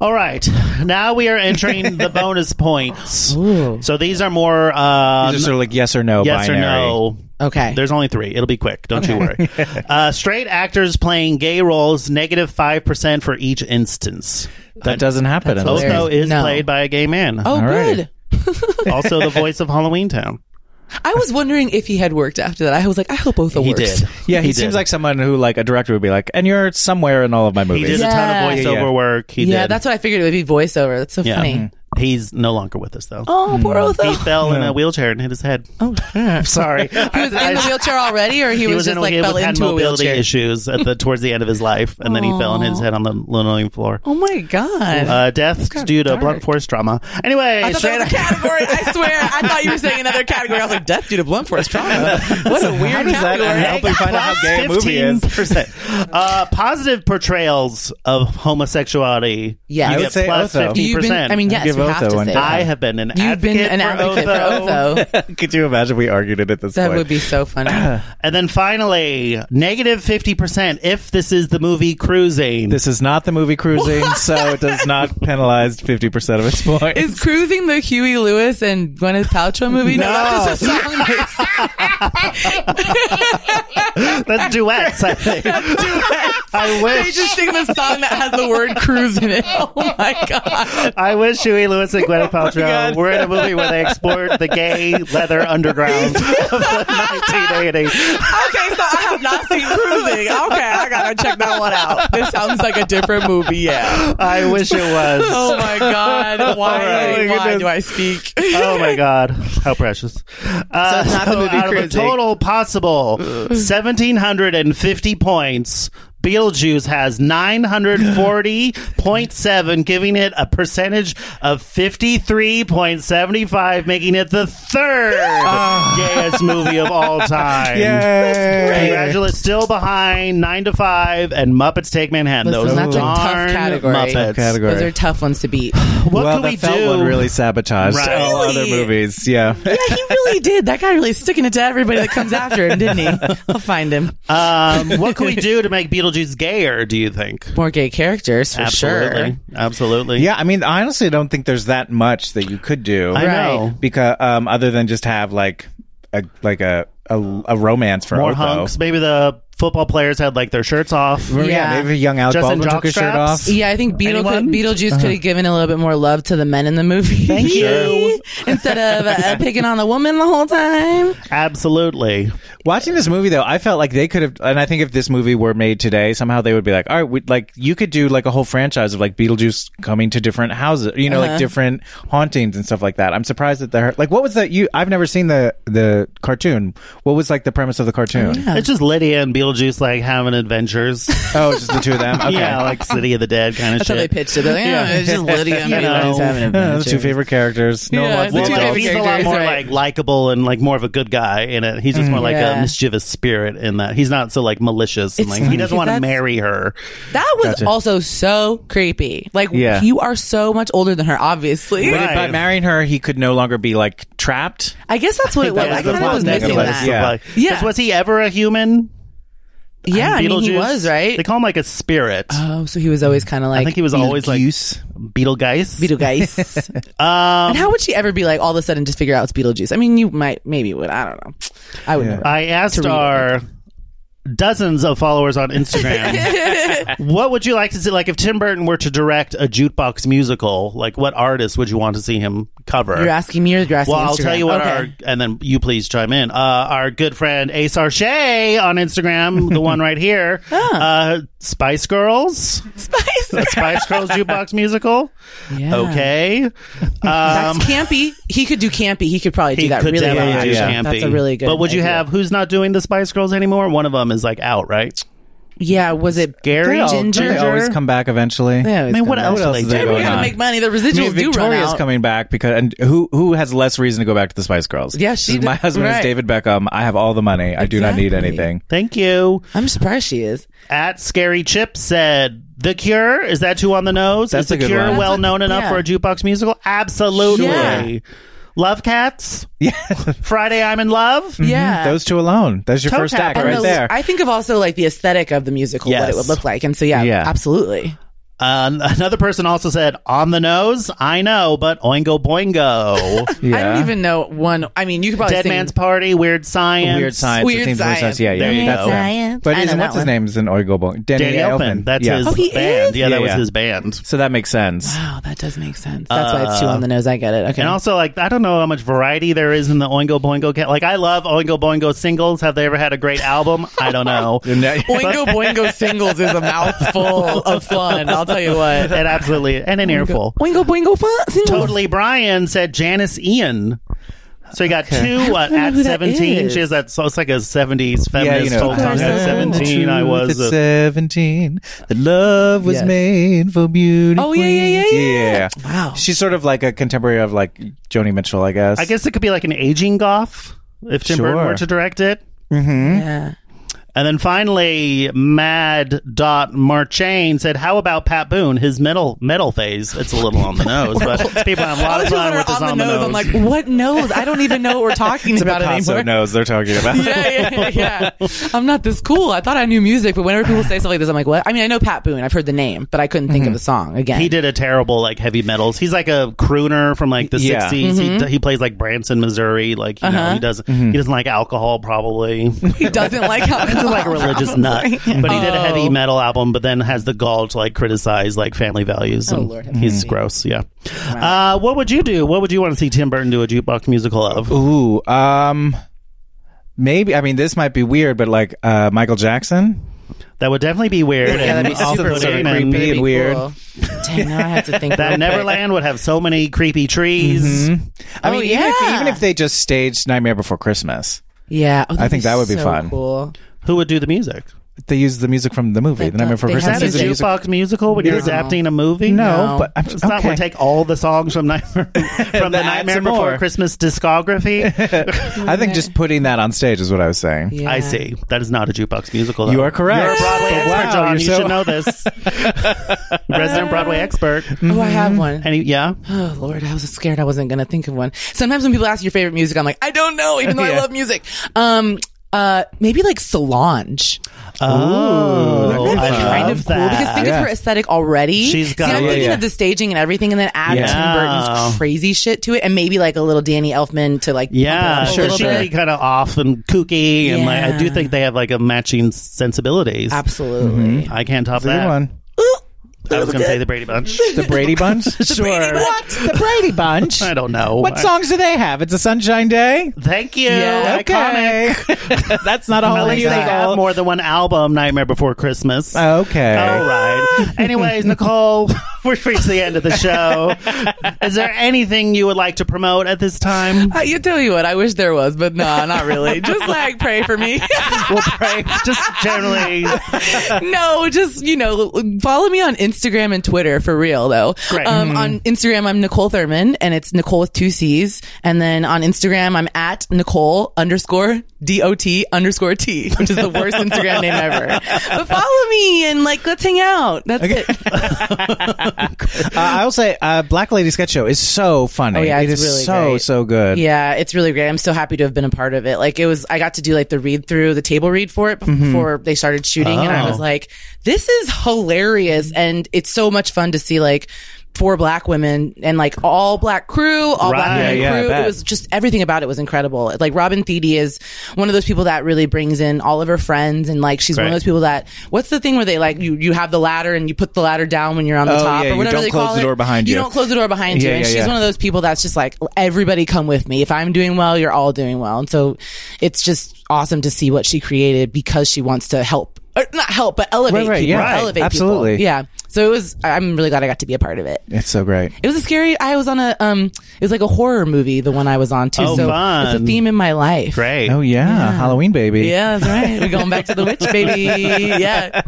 D: All right, now we are
F: <laughs>
D: entering the bonus points. So these are more uh,
E: These are sort of like yes or no
D: yes
E: binary.
D: or no.
F: Okay.
D: There's only three. It'll be quick. Don't you worry.
F: <laughs>
D: uh, straight actors playing gay roles, negative 5% for each instance.
E: That doesn't happen. in this
F: hilarious.
D: Toto
E: movie.
D: is
F: No.
D: played by a gay man.
F: oh,
E: right.
F: good.
D: Also the voice of
F: <laughs>
D: Halloween Town.
F: I was wondering if he had worked after that. I was like, I hope Otho
D: He
F: works.
D: did.
E: Yeah, he,
D: did.
E: seems like someone who like a director would be like, and you're somewhere in all of my
D: He
E: movies.
D: did
F: Yeah.
D: a ton of
E: Yeah, yeah.
D: voiceover work. He
F: yeah,
D: did.
F: that's what I figured it would be voiceover. That's so
D: Yeah. Mm-hmm.
F: funny.
D: He's no longer with us, though.
F: Oh, poor Otho.
D: He fell in a wheelchair and hit his head.
F: Oh,
D: <laughs>
F: shit.
D: Sorry.
F: <laughs> He was in the wheelchair already, or he, was, just
D: in a
F: like
D: wheel-
F: fell
D: had
F: into a
D: mobility
F: wheelchair.
D: issues at the towards the end of his life, and then he fell and hit his head on the linoleum floor.
F: Oh my god!
D: Uh, death due to blunt
F: dark.
D: force trauma. Anyway,
F: I thought
D: straight
F: that was a category. I swear, I thought you were saying another category. I was like, death due to blunt force trauma. What a
E: How
F: weird
E: does that
F: category.
E: help we find out how gay a movie is?
D: 15%. Uh, positive portrayals of homosexuality.
F: Yeah.
D: you
F: I would
D: get
E: say
D: plus
E: Otho.
D: fifteen
F: You've been,
D: percent.
F: I mean, yes,
E: Give
F: you have
E: Otho
F: to
E: one
F: say
E: time.
F: that.
D: I have been an
F: You've
D: advocate
F: been an advocate for
D: <laughs>
F: Otho.
E: <laughs> Could you imagine if we argued it at this
F: That
E: point?
F: would be so funny.
D: And then finally, negative fifty percent if this is the movie Cruising.
E: This is not the movie Cruising, so it does
D: <laughs>
E: not penalize 50% of its points. <laughs>
F: Is cruising the Huey Lewis and Gwyneth Paltrow movie? No,
D: <laughs>
F: that's just a song.
D: That's duets,
F: <laughs>
D: I think. I
F: they
D: wish.
F: just sing the song that has the word cruise in it. Oh my god!
D: I wish Huey
F: <laughs>
D: Lewis
F: Oh
D: and Gwyneth Paltrow
E: God.
D: were in a movie where they explored the gay
F: <laughs>
D: leather underground of the 1980s.
F: Okay, so I have not seen Cruising. Okay, I gotta check that one out. This sounds like a different movie. Yeah.
D: I wish it was.
F: Oh my god! Why?
E: Oh my
F: why
E: goodness.
F: do I speak?
D: oh my god, how precious! Uh,
F: it's not the movie
D: out of a
F: Cruising.
D: total possible seventeen hundred and fifty points. Beetlejuice has 940.7, giving it a percentage of 53.75, making it the third gayest movie of all time. Congratulations, still behind Nine to Five and Muppets Take Manhattan.
F: Listen,
D: Those
F: that's a tough
D: darn
F: category.
D: Muppets.
F: Tough
E: category.
F: Those are tough ones to <sighs> beat.
D: What
E: well,
D: could
E: the
D: we
E: felt
D: do?
E: one really sabotaged
D: Right.
E: all
F: Really?
E: other movies. Yeah. <laughs>
F: yeah, he really did. That guy really sticking it to everybody that comes after him, didn't he? I'll find him.
D: um, what could we do to make Beetlejuice gayer? Do you think?
F: More gay characters for
D: Absolutely,
F: sure.
D: absolutely.
E: Yeah, I mean, I honestly don't think there's that much that you could do.
D: I know.
E: because um, other than just have like a like a a, a romance for
D: More
E: Otho.
D: hunks. Maybe the football players had like their shirts off.
E: Or, yeah.
F: Yeah.
E: maybe young Alec
D: Just in
E: Baldwin took his shirt off.
D: jockstraps?
F: Yeah, I think Beetle could,
D: Anyone? Uh-huh.
F: Beetlejuice could have given a little bit more love to the men in the movie.
D: Thank you.
F: <laughs> Instead of
D: <laughs>
F: uh, picking on the woman the whole time.
D: Absolutely.
E: Watching this movie though, I felt like they could have, and I think if this movie were made today, somehow they would be like, all right, we, like you could do like a whole franchise of like Beetlejuice coming to different houses, you know,
F: Uh-huh.
E: like different hauntings and stuff like that. I'm surprised that they're like, what was that? You, I've never seen the the cartoon. What was like the premise of the cartoon?
F: Oh.
D: It's just Lydia and Beetlejuice like
F: <laughs>
D: having adventures.
E: Oh, just the two of them. Okay.
D: Yeah, like City of the Dead kind of
F: That's
D: shit.
F: how they pitched it. They're like, yeah, it's just Lydia and
D: <laughs> You
F: Beetlejuice
D: know.
F: having a
E: Yeah, <laughs> the
F: adventure.
E: two favorite characters. No
F: Yeah,
E: one
F: the
E: wants
F: two
E: to
D: Well,
E: know.
D: no,
F: favorite
D: he's a lot
F: characters,
D: more
F: right. Mm.
D: like likable and like more of a good guy in it. He's just more like
F: Yeah.
D: a mischievous spirit in that. He's not so like malicious and
F: It's
D: like
F: funny
D: he doesn't want to
F: because that's-
D: marry her.
F: That was
E: Gotcha.
F: also so creepy. Like,
E: Yeah.
F: you are so much older than her, obviously.
D: Right.
E: By marrying her, he could no longer be like trapped.
F: I guess that's what it was.
D: That
F: I
D: the
F: kind of
D: plot
F: was missing
D: necklace.
F: that.
E: Yeah.
D: Like,
F: Yeah.
D: 'cause Was he ever a human?
F: Yeah, I mean, he
D: Beetlejuice?
F: was, right?
D: They call him like a spirit.
F: oh, so he was always kind of like,
D: I think he was always like Beetlegeist. <laughs>
F: Beetlejuice.
D: Uh, Um,
F: and how would she ever be like all of a sudden just figure out it's Beetlejuice? I mean, you might, maybe would. I don't know. I would. never.
D: I asked
F: read
D: our dozens of followers on Instagram,
F: <laughs>
D: what would you like to see? Like, if Tim Burton were to direct a jukebox musical, like, what artist would you want to see him cover?
F: You're asking me or you're asking
D: well, I'll
F: Instagram?
D: tell you what
F: Okay.
D: our and then you please chime in. Uh, our good friend Ace Arche on Instagram, the one right
F: <laughs>
D: here,
F: Ah.
D: uh, Spice Girls,
F: <laughs> Spice.
D: Spice Girls jukebox musical.
F: Yeah.
D: Okay, um,
F: That's campy. He could do campy. He could probably
D: he
F: do that
D: could
F: really
D: definitely
F: well.
D: do
F: actually.
D: Campy.
F: That's a really good.
D: But would you
F: idea.
D: have who's not doing the Spice Girls anymore? One of them is like out, right?
F: Yeah, was it
D: Gary?
F: Gary
D: They all-
F: Ginger?
E: They always come back eventually.
F: They
D: I
F: always
D: mean,
F: come
D: what
F: back.
D: else,
E: What else
D: do
E: is
D: they
F: Yeah,
E: there
D: do?
F: we
E: going
F: gotta
E: on?
F: make money. The
E: I mean,
F: residuals do run
E: Victoria's
F: out.
E: coming back because and who who has less reason to go back to the Spice Girls?
F: Yeah, she
E: This is- my
F: did-
E: husband
F: right.
E: is David Beckham. I have all the money. I do not need
F: Exactly.
E: anything. <laughs>
D: Thank you.
F: I'm surprised she is.
D: At Scary Chip said, "The Cure is that too on the nose?
E: That's
D: is the
E: a good
D: Cure
E: one.
D: well known
F: That's a-
D: enough
F: yeah.
D: for a jukebox musical? Absolutely.
F: Yeah.
D: Love Cats.
E: Yeah,
D: Friday, I'm in love.
F: Yeah.
E: Mm-hmm. those two alone. That's your
D: Toe
E: first act
D: tapping.
E: right
F: the-
E: there.
F: I think of also like the aesthetic of the musical, what
D: Yes.
F: it would look like, and so yeah,
E: Yeah.
F: absolutely.
D: Uh, another person also said, "On the nose, I know, but Oingo Boingo,
E: yeah.
F: I don't even know one. I mean, you could <laughs> probably
D: Dead
F: sing-
D: Man's Party, Weird Science,
E: Weird science.
F: Weird
E: the themes of
F: Science.
E: Yeah, yeah.
D: There you
E: that's
D: go.
E: them.
F: Science. I
E: But
F: know
E: isn't,
F: that
E: what's his
F: one.
E: name? Is an Oigo Boy. Danny,
D: Danny Elfman. That's
E: yeah.
D: his
F: Oh, he
D: band.
F: is?
D: Yeah, that
E: Yeah,
D: was
E: yeah.
D: his band.
E: So that makes sense.
F: Wow, that does make sense. That's why it's two on the nose. I get it. Okay.
D: Uh, And also, like, I don't know how much variety there is in the Oingo Boingo cat. Like, I love Oingo Boingo singles. Have they ever had a great album? I
E: <laughs>
D: don't know.
F: Oingo <laughs> Boingo singles is a mouthful of fun. I'll tell you what.
D: It absolutely
F: <laughs>
D: and
F: Oh
D: an earful.
F: Oingo Boingo fun. Singles.
D: Totally Brian said Janice Ian. So you got two
F: <laughs>
D: what,
F: know
D: at
F: who that
D: seventeen.
F: is.
D: She has that so it's like a seventies
E: Yeah,
D: feminist
E: you know.
D: folk song.
F: Yeah,
D: At seventeen I was
E: At
D: a-
E: 17. The love was
F: Yes.
E: made for beauty.
F: Oh, yeah, yeah,
E: queens.
F: yeah, yeah.
E: Yeah.
F: Wow.
E: She's sort of like a contemporary of like Joni Mitchell, I guess.
D: I guess it could be like an aging goth if Tim Burton
E: Sure.
D: were to direct it.
F: Yeah.
D: And then finally, Mad Dot Marchain said, "How about Pat Boone? His metal metal phase. It's a little on the
F: <laughs>
D: nose, but people have a lot
F: Other
D: of
F: people
D: fun
F: that
D: with
F: are
D: this on the nose.
F: I'm like, what nose? I don't even know
D: <laughs>
F: what we're talking about
E: Picasso
F: anymore.
E: knows they're talking
F: <laughs>
E: about.
F: yeah, yeah, yeah, yeah. I'm not this cool. I thought I knew music, but whenever people say stuff like this, I'm like, what? I mean, I know Pat Boone. I've heard the name, but I couldn't think of the song again.
D: Mm-hmm. He did a terrible like heavy metals. He's like a crooner from like the
E: Yeah.
D: 60s.
F: Mm-hmm.
D: He, he plays like Branson, Missouri. Like you
F: Uh-huh.
D: know, he doesn't he doesn't like alcohol probably. <laughs> He's
F: He doesn't like
D: <laughs>
F: how <laughs>
D: like a religious nut. But he did
F: Oh.
D: a heavy metal album, but then has the gall to like criticize like family values.
F: Oh,
D: and
F: Lord have
D: he's
F: mercy.
D: gross. Yeah. Uh, what would you do? What would you want to see Tim Burton do a jukebox musical of?
E: Ooh, um, maybe. I mean, this might be weird, but like uh, Michael Jackson.
D: That would definitely be weird.
F: Yeah, that'd be
D: and also
F: super
D: put
E: weird.
D: in
E: Sort of creepy.
D: and-
E: and weird.
F: Cool. Dang, now I have to think.
D: <laughs> That
F: real quick.
D: Neverland would have so many creepy trees.
E: Hmm? I
F: Oh,
E: mean, even, if,
F: yeah.
E: even if they just staged Nightmare Before Christmas.
F: Yeah, oh, that'd
E: think that would be
F: so
E: fun.
F: Cool.
D: Who would do the music?
E: they used the music from the movie.
F: They
E: the
F: don't-
E: Nightmare Before
F: they
E: Christmas
F: don't
E: is a
F: do-
E: music.
D: jukebox musical when you're
F: No.
D: adapting a movie?
E: No,
F: No.
E: but I'm,
D: It's not
E: okay.
D: going to take all the songs
E: <laughs>
D: from Nightmare, from the
E: Add
D: Nightmare
E: some
D: Before
E: more.
D: Christmas
E: <laughs>
D: discography.
E: I think just putting that on stage is what I was saying.
F: Yeah.
D: I see. That is not a jukebox musical. Though.
E: You are correct.
D: You're a Broadway
E: But
D: expert,
E: wow,
D: John.
E: you're
D: You
E: so-
D: should know this.
E: <laughs>
D: Resident Broadway expert.
F: Oh, I have one.
D: Any, yeah.
F: Oh Lord, I was scared I wasn't gonna think of one. Sometimes when people ask your favorite music, I'm like, I don't know, even though I
D: <laughs>
E: Yeah.
F: love music. Um, uh, maybe like Solange.
D: Oh,
F: That'd be
D: I
F: kind of
D: love
F: cool because
D: that.
F: think
E: Yeah.
F: of her aesthetic already.
D: She's got-
F: See, I'm
D: Yeah,
F: thinking
E: yeah.
F: of the staging and everything, and then add
E: Yeah.
F: Tim Burton's crazy shit to it, and maybe like a little Danny Elfman to like.
D: Yeah,
F: bump it up a
D: sure.
F: little
D: She can be
F: bit.
D: kind of off and kooky, and like I do
F: Yeah.
D: think they have like a matching sensibilities.
F: Absolutely.
D: I can't top
E: Good
D: that.
E: one.
D: I was going to say the
E: <laughs>
D: Brady Bunch.
E: The Brady Bunch? sure. What? The
F: <laughs>
E: Brady Bunch?
D: I don't know.
E: What
D: I-
E: songs do they have? It's a Sunshine Day?
D: Thank you.
E: Yeah,
D: Iconic.
E: okay. <laughs> That's not a
D: At
E: whole
D: least they have
E: musical.
D: more than one album, Nightmare Before Christmas.
E: <laughs> Okay.
D: All right.
E: <laughs>
D: Anyways, Nicole, <laughs> we've reached the end of the show. Is there anything you would like to promote at
E: <laughs>
D: this time?
F: Uh, you tell you what, I wish there was, but nah, not really. just like pray for me. <laughs>
D: We'll pray. Just generally.
F: <laughs> no, just you know, follow me on Instagram and Twitter for real though.
D: Great.
F: Um, On Instagram, I'm Nicole Thurman, and it's Nicole with two C's. And then on Instagram, I'm at Nicole underscore D O T underscore T, which is the worst Instagram name ever. But follow me and like let's hang out. That's it.
E: Uh, I will say, uh, Black Lady Sketch Show is so funny.
F: Oh, yeah,
E: it
F: it's
E: is
F: really
E: so
F: great.
E: so good.
F: Yeah, it's really great. I'm so happy to have been a part of it. Like it was, I got to do like the read through, the table read for it
E: Mm-hmm.
F: bef- before they started shooting, and
E: Oh.
F: I was like, this is hilarious, and it's so much fun to see like four black women and like all black crew, all
D: Right,
F: black women
E: yeah, I
F: crew.
E: bet.
F: It was just everything about it was incredible. Like Robin Thede is one of those people that really brings in all of her friends, and like she's one
D: Right.
F: of those people that what's the thing where they like you you have the ladder and you put the ladder down when you're on the
E: Oh,
F: top
E: yeah,
F: or
E: you
F: whatever
E: don't
F: they
E: close
F: call
E: the
F: it.
E: door behind you.
F: don't close the door behind you,
E: Yeah,
F: and
E: yeah,
F: she's
E: yeah.
F: one of those people that's just like everybody come with me. If I'm doing well, you're all doing well, and so it's just awesome to see what she created because she wants to help. Or not help, but elevate
E: Right, right,
F: people.
E: yeah.
F: elevate
E: Absolutely.
F: People. Yeah. So it was. I- I'm really glad I got to be a part of it.
E: It's so great.
F: It was a scary. I was on a um. It was like a horror movie. The one I was on too.
D: Oh,
F: so
D: fun.
F: it's a theme in my life.
D: Great.
E: Oh yeah, Halloween baby.
F: Yeah, that's right. We're going back to the witch, baby.
E: <laughs>
F: Yeah.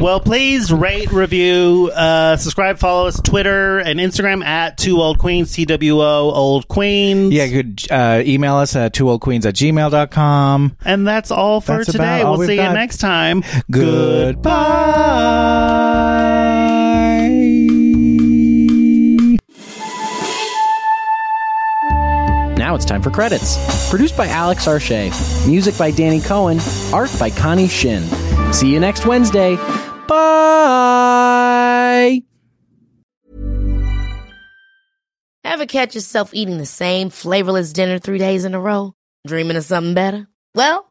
D: Well, please rate, review, uh, subscribe, follow us Twitter and Instagram at Two Old Queens, T W O Old Queens.
E: Yeah, you could uh, email us at two old queens at gmail.com.
D: And that's all for
E: That's about
D: today.
E: all
D: we'll
E: we've
D: see
E: got.
D: you next time.
E: Goodbye.
G: Now it's time for credits. Produced by Alex Arche. Music by Danny Cohen. Art by Connie Shin. See you next Wednesday. Bye.
H: Ever catch yourself eating the same flavorless dinner three days in a row? Dreaming of something better? Well,